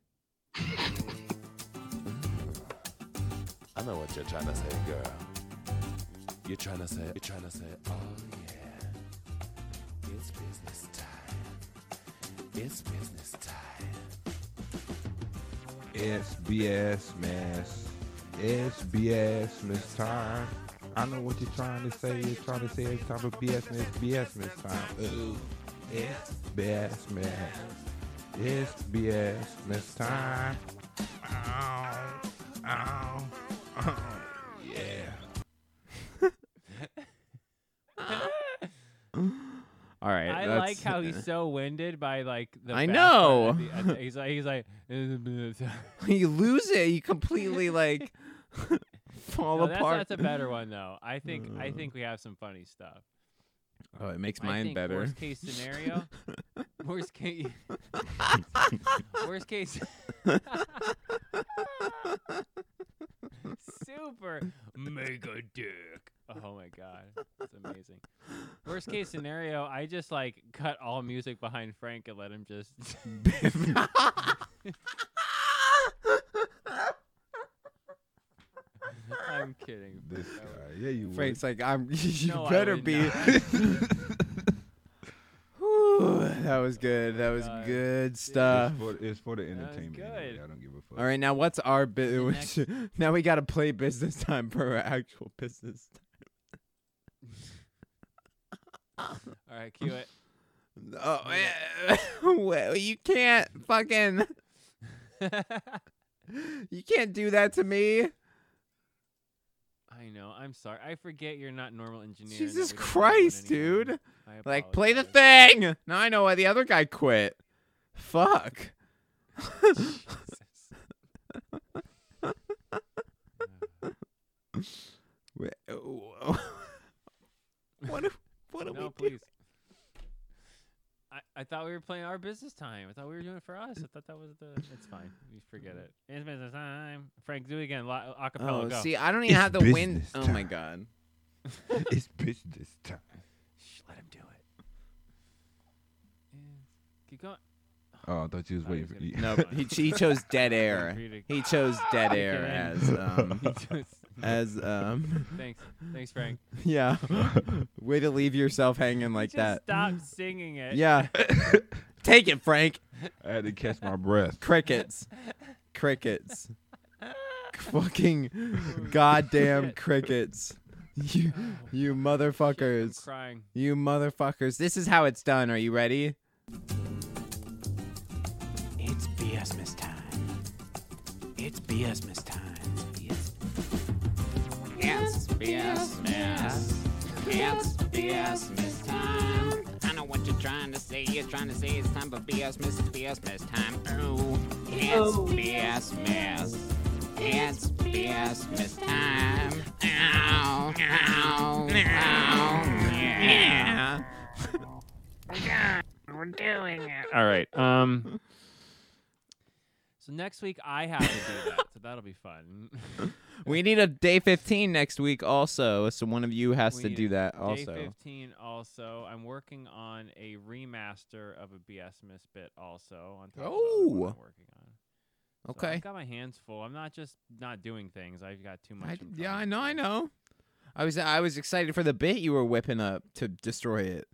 I know what you're trying to say, girl. You're trying to say, you're trying to say, oh yeah. It's business time. It's business time. SBS mess. SBS miss time. I know what you're trying to say. You're trying to say it's time for BS miss BS miss time. Ooh, it's BS mess. It's BS miss time. Ow, ow, ow. Yeah. All right. I that's- like how he's so winded by like the. I bass part know. at the end. he's like, he's like. [LAUGHS] [LAUGHS] you lose it. [LAUGHS] You completely like [LAUGHS] fall No, that's, apart. that's a better one though. I think I think we have some funny stuff. [LAUGHS] oh, it makes I mine think better. Worst case scenario. [LAUGHS] worst case. worst case. [LAUGHS] Super mega dick. Oh my god, that's amazing. Worst case scenario, I just like cut all music behind Frank and let him just. [LAUGHS] I'm kidding. This That was- guy. Yeah, you [LAUGHS] Frank's like, I'm. [LAUGHS] You No, I better would be. not. [LAUGHS] Whew, that was good. That was God. good would. stuff. It's for, it's for the was entertainment. anyway, good. I don't give a fuck. uh, All right, now what's our The bit? [LAUGHS] now we got to play business time for our actual business. All right, cue it. Time. [LAUGHS] Oh, eh, well, you can't fucking, you can't do that to [LAUGHS] me. I know. I'm sorry. I forget you're not normal engineer. and that Jesus we don't have one Christ, anymore. dude! I Like, play the apologize. thing. Now I know why the other guy quit. Fuck. Wh- [LAUGHS] what? do- What do no, we do? please. I, I thought we were playing our business time. I thought we were doing it for us. I thought that was the. It's fine. You forget it. It's business time. Frank, do it again. La, acapella. Oh, go. see, I don't even It's have the win. business Oh my time. god. [LAUGHS] it's business time. Shh, let him do it. Yeah. Keep going. Oh, I thought you was Thought he waiting was for. gonna- No, he, he chose [LAUGHS] dead air. Read it. He chose [LAUGHS] dead He air can. as um [LAUGHS] as um Thanks. Thanks, Frank. yeah. [LAUGHS] E. Way to leave yourself hanging like Just that. Stop singing it. Yeah. [LAUGHS] Take it, Frank. [LAUGHS] I had to catch my breath. [LAUGHS] Crickets. Crickets. Fucking goddamn shit. crickets. You you Oh, I'm motherfuckers. crying. You motherfuckers. This is how it's done. Are you ready? It's BS Miss time. It's BS Miss time. It's It's BS, miss. It's BS, miss time. I know what you're trying to say. You're trying to say it's time for BS, miss. It's BS, miss time. Ooh, it's BS, miss. It's BS, miss time. Ow, ow, ow, yeah. [LAUGHS] All right. Um. So next week I have to do that. So that'll be fun. [LAUGHS] We need a day 15 next week also, so one of you has We to need do that Day also. 15 also. I'm working on a remaster of a BS Misfit also on top of the other one Oh. I'm working on. So Okay. I've got my hands full. I'm not just not doing things. I've got too much. I, I'm yeah, trying I to know, I do. know. I was I was excited for the bit you were whipping up to destroy it.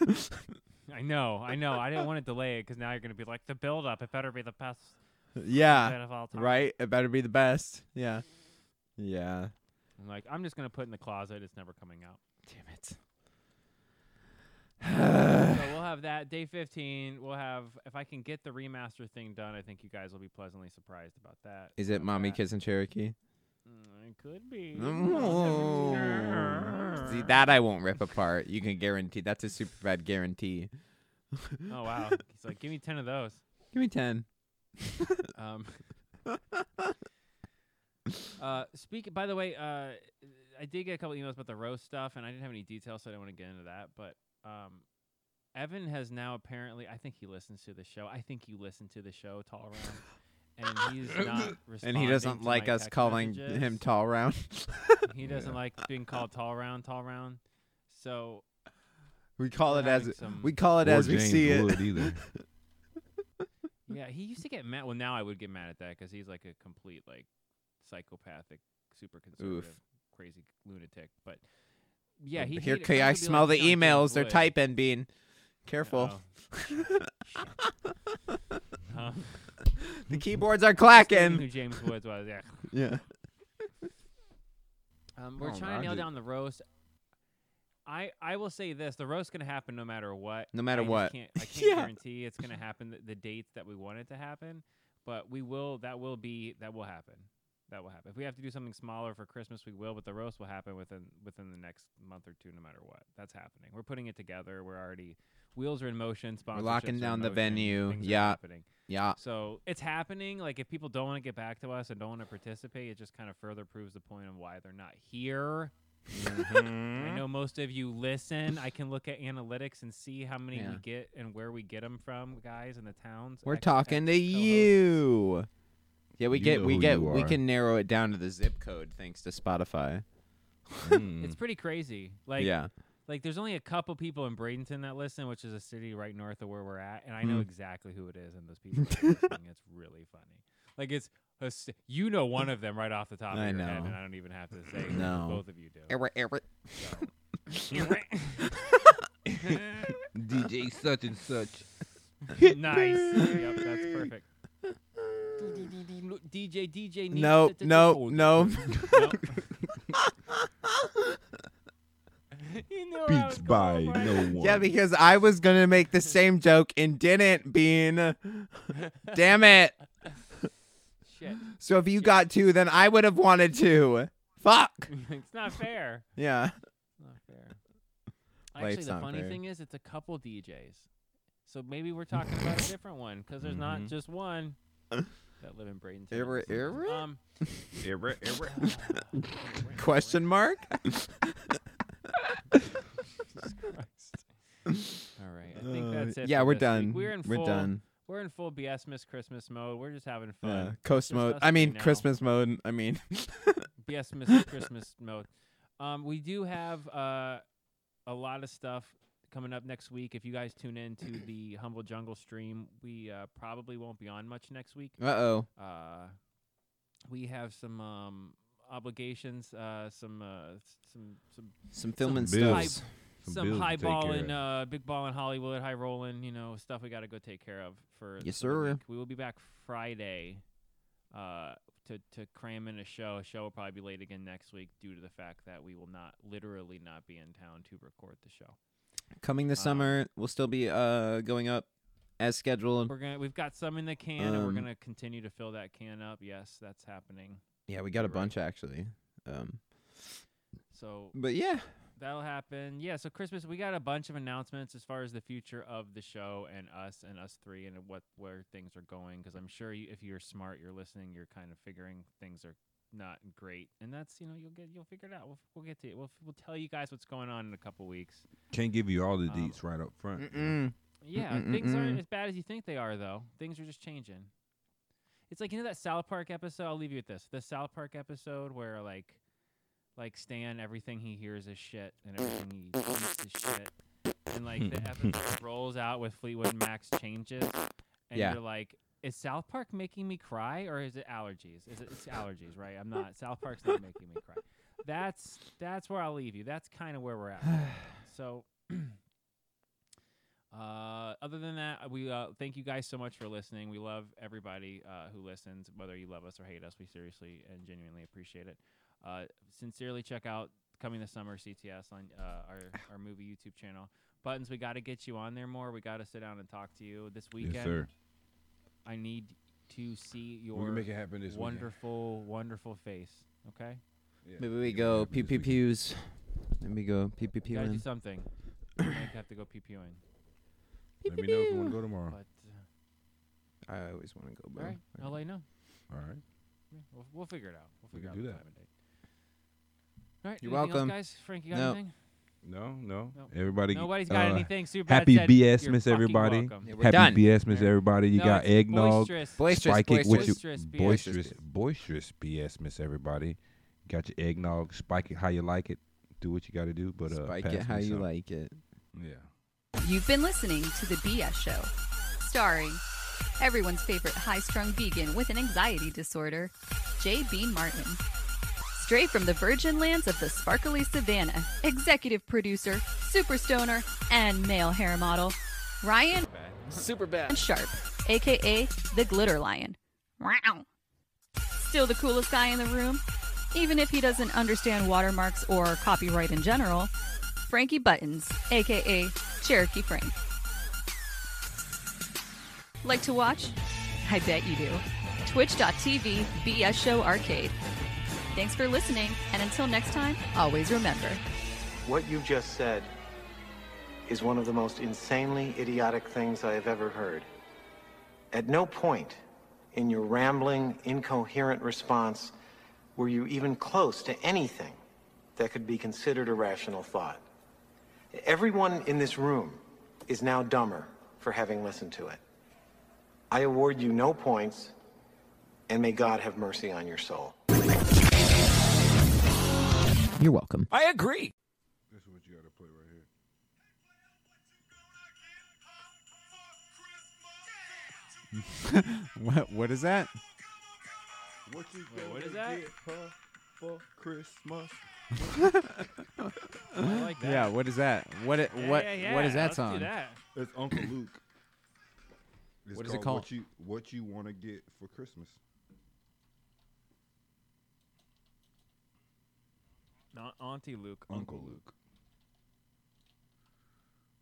[LAUGHS] [LAUGHS] I know. I know. I didn't want to delay it because now you're going to be like, the build up. It better be the best [LAUGHS] bit yeah, of all time. right. It better be the best. Yeah, yeah. I'm like, I'm just going to put it in the closet. It's never coming [SIGHS] out. Damn so it. we'll have that. Day 15, we'll have, if I can get the remaster thing done, I think you guys will be pleasantly surprised about that. [SIGHS] Is it about mommy that. kissing [LAUGHS] Cherokee? Mm, It could [LAUGHS] be. Mm. [LAUGHS] See that I won't rip apart. You can guarantee that's a super bad guarantee. Oh wow. He's like, give me ten of those. [LAUGHS] Give me ten. Um, [LAUGHS] uh, speak. By the way, uh, I did get a couple emails about the roast stuff, and I didn't have any details, so I don't want to get into that. But um, Evan has now apparently. I think he listens to the show. I think you listen to the show, Tall [LAUGHS] Round, and he's not. And he responding doesn't to like my us text calling messages. him tall round. [LAUGHS] He doesn't like being called Tall Round. Tall Round. So we call we're it as having some- we call it as we see it. Wood [LAUGHS] either. Yeah, he used to get mad. Well, now I would get mad at that 'cause he's like a complete like psychopathic, super conservative, crazy lunatic. But yeah, he Here, hated- Kay, Frank I would be smell like, the "John James emails. They're Wood." Oh. typing, Bean. Careful. Uh-oh. [LAUGHS] [LAUGHS] Um, [LAUGHS] The keyboards are stating who clacking. James Woods was? Yeah. [LAUGHS] yeah. [LAUGHS] Um, we're Oh, trying to nail Roger. down the roast. I I will say this: the roast gonna happen no matter what. No matter I just what. can't, [LAUGHS] I can't Yeah. guarantee it's gonna happen the, the dates that we want it to happen, but we will. That will be. That will happen. That will happen. If we have to do something smaller for Christmas, we will. But the roast will happen within within the next month or two, no matter what. That's happening. We're putting it together. We're already wheels are in motion. Sponsorships locking are in down the motion, venue. things are Yeah. happening. Yeah. So it's happening. Like if people don't want to get back to us and don't want to participate, it just kind of further proves the point of why they're not here. Mm-hmm. I know most of you listen. I can look at analytics and see how many we Yeah. get and where we get them from, guys, in the towns. We're Ex- talking to ex-co-hosts. you. Yeah, we You get know we who get you we are. can narrow it down to the zip code thanks to Spotify. It's pretty crazy. Like, yeah. like there's only a couple people in Bradenton that listen, which is a city right north of where we're at, and I know Mm. exactly who it is and those people. [LAUGHS] Are listening. It's really funny. Like it's a s you know one of them right off the top of I your head, know. and I don't even have to say. it, 'cause No. both of you do. [LAUGHS] DJ such and such. [LAUGHS] nice. yep, that's perfect. [LAUGHS] DJ DJ. needs No, to- to- to- no, oh, no. no. You know I was Beats going by for it. no one. [LAUGHS] yeah, because I was gonna make the same joke and didn't, Bean. [LAUGHS] Damn it. Shit. [LAUGHS] So if you got two, then I would have wanted to. Fuck. it's not fair. [LAUGHS] Yeah. Not fair. [LAUGHS] Like, Actually, it's the not funny fair. thing is, it's a couple DJs. So maybe we're talking about [LAUGHS] a different one because there's Mm-hmm. not just one that live in Bradenton. Error, error? Um, [LAUGHS] [LAUGHS] Question mark? all right. I think that's it. Uh, yeah, for this we're week. done. We're in We're full. done. We're in full BS Miss Christmas mode. We're just having fun. Yeah. Coast Just mode. us I three mean now. Christmas mode. I mean [LAUGHS] BS Miss Christmas mode. Um, we do have uh, a lot of stuff coming up next week. If you guys tune in to the Humble Jungle stream, we uh, probably won't be on much next week. Uh oh. Uh, we have some um, obligations, uh, some uh, s- some some Some Some filming bills. stuff. Some some, bills to high take care ball in of. uh, big ball in Hollywood, high rolling, you know, stuff we got to go take care of for. Yes, for the sir. week. We will be back Friday uh, to to cram in a show. A show will probably be late again next week due to the fact that we will not literally not be in town to record the show. Coming this Um, summer, we'll still be uh going up as scheduled. We're gonna we've got some in the can, and we're Um, gonna continue to fill that can up. Yes, that's happening. Yeah, we got a Right. bunch actually. Um, So but yeah, That'll happen. Yeah, so Christmas, we got a bunch of announcements as far as the future of the show and us and us three and what where things are going. Because I'm sure you, if you're smart, you're listening, you're kind of figuring things are not great, and that's you know you'll get you'll figure it out. We'll, we'll get to it. We'll we'll tell you guys what's going on in a couple weeks. Can't give you all the Um, deets right up front. Mm-mm. Yeah, Mm, mm, things mm, aren't mm. as bad as you think they are, though. Things are just changing. It's like you know that South Park episode. I'll leave you with this: the South Park episode where like, like Stan, everything he hears is shit, and everything he eats is shit, and like Hmm. the [LAUGHS] episode rolls out with Fleetwood Mac's changes, and Yeah. you're like. Is South Park making me cry, or is it allergies? Is it, it's allergies, right? I'm not. South Park's not making me cry. That's that's where I'll leave you. That's kind of where we're at. [SIGHS] so uh, other than that, we uh, thank you guys so much for listening. We love everybody uh, who listens, whether you love us or hate us. We seriously and genuinely appreciate it. Uh, sincerely, check out coming this summer CTS on uh, our [COUGHS] our movie YouTube channel. Buttons, we got to get you on there more. We got to sit down and talk to you this weekend. Yes, sir. I need to see We your can make it happen this weekend. wonderful, wonderful face. Okay, Yeah, Maybe make we it go happen pew this pew weekend. pews. Then we go pew pew gotta do [COUGHS] pew. something. I have to go pee peeing, Let me know if you want to go but tomorrow. uh, I always want to go, all right, I'll let you know. All right. Yeah, we'll, we'll figure it out. We'll We figure can out do the that. time and date. All right, You're anything else, welcome. guys. Frank, you got No. anything? No, no. No. Everybody. Nobody's got uh, anything. Super happy said, BS, "You're miss fucking everybody." welcome." Yeah, we're Happy done. BS, Miss There. Everybody. You No, got it's eggnog. boisterous. Boisterous, Spike it with your boisterous BS. boisterous, boisterous BS, Miss Everybody. Got your eggnog. Spike it how you like it. Do what you got to do, but uh, Spike pass it me how you some. like it. Yeah. You've been listening to The BS Show, starring everyone's favorite high strung vegan with an anxiety disorder, J. Bean Martin. Straight from the virgin lands of the sparkly savannah, executive producer, super stoner, and male hair model, Ryan Super bad. Sharp, aka the Glitter Lion. Wow. Still the coolest guy in the room, even if he doesn't understand watermarks or copyright in general. Frankie Buttons, aka Cherokee Frank. Like to watch? I bet you do. Twitch.tv BS Show Arcade. Thanks for listening, and until next time, always remember. What you've just said is one of the most insanely idiotic things I have ever heard. At no point in your rambling, incoherent response were you even close to anything that could be considered a rational thought. Everyone in this room is now dumber for having listened to it. I award you no points, and may God have mercy on your soul. You're welcome. I agree. This is what you got to play right here. [LAUGHS] What what is that? What you Wait, what is that? her for Christmas? I like that. Yeah, what is that? What it, Yeah, what yeah, yeah. what is that Let's song? Do that. It's Uncle [CLEARS THROAT] Luke. It's What is it What called? you What you want to get for Christmas? Not Auntie Luke. Uncle Luke.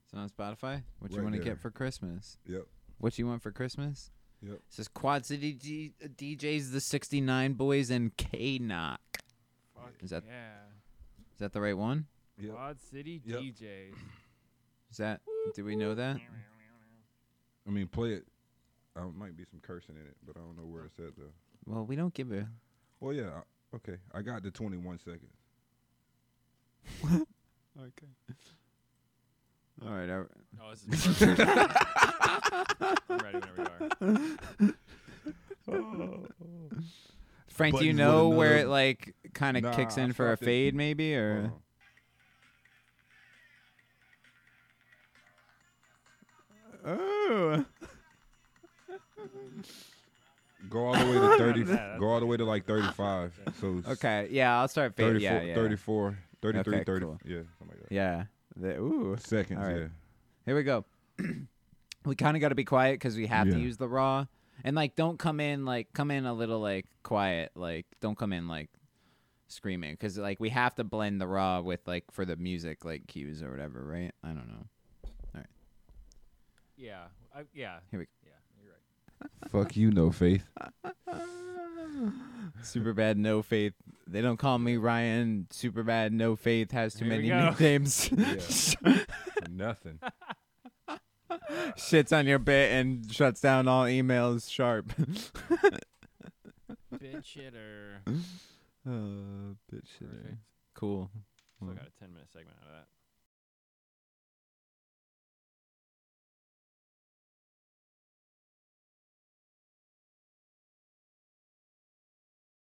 It's on Spotify. What you Right want to there. get for Christmas? Yep. What you want for Christmas? Yep. It says Quad City D- DJs, the 69 Boys, and K Knock. Is that Yeah. is that the right one? Yep. Quad City Yep. [LAUGHS] DJs. Is that do we [LAUGHS] know that? I mean, play Uh, it. There might be some cursing in it, but I don't know where it's at though. Well, we don't give a Well, yeah. I- Okay, I got the 21 seconds. Okay. All right. All right. Oh, this is perfect. I'm ready whenever you are. Uh-huh. Frank, do you Buttons with know where another- it like kind of Nah, kicks I in for a stopped it. fade, maybe, Hold or on. oh, Go all the way [LAUGHS] to 30. that. go all the way to like 35. So it's okay, yeah, I'll start fade. 34, yeah, yeah, 34, 33, Okay, 30. cool. Yeah, something like that. yeah. The- ooh, Seconds. All right. Yeah. here we go. [CLEARS THROAT] we kind of got to be quiet because we have Yeah. to use the raw, and like, don't come in like come in a little like quiet, like don't come in like screaming because like we have to blend the raw with like for the music like cues or whatever, right? I don't know. Yeah. I, yeah. Here we go. Yeah. You're right. Fuck you, no faith. Super bad, no faith. They don't call me Ryan. Super bad, no faith has too Here we many go. [LAUGHS] nicknames. [LAUGHS] Nothing. Shits on your bit and shuts down all emails. Sharp. Bitch shitter. [LAUGHS] uh, bitch. Perfect. Cool. Still got a 10 minute segment out of that.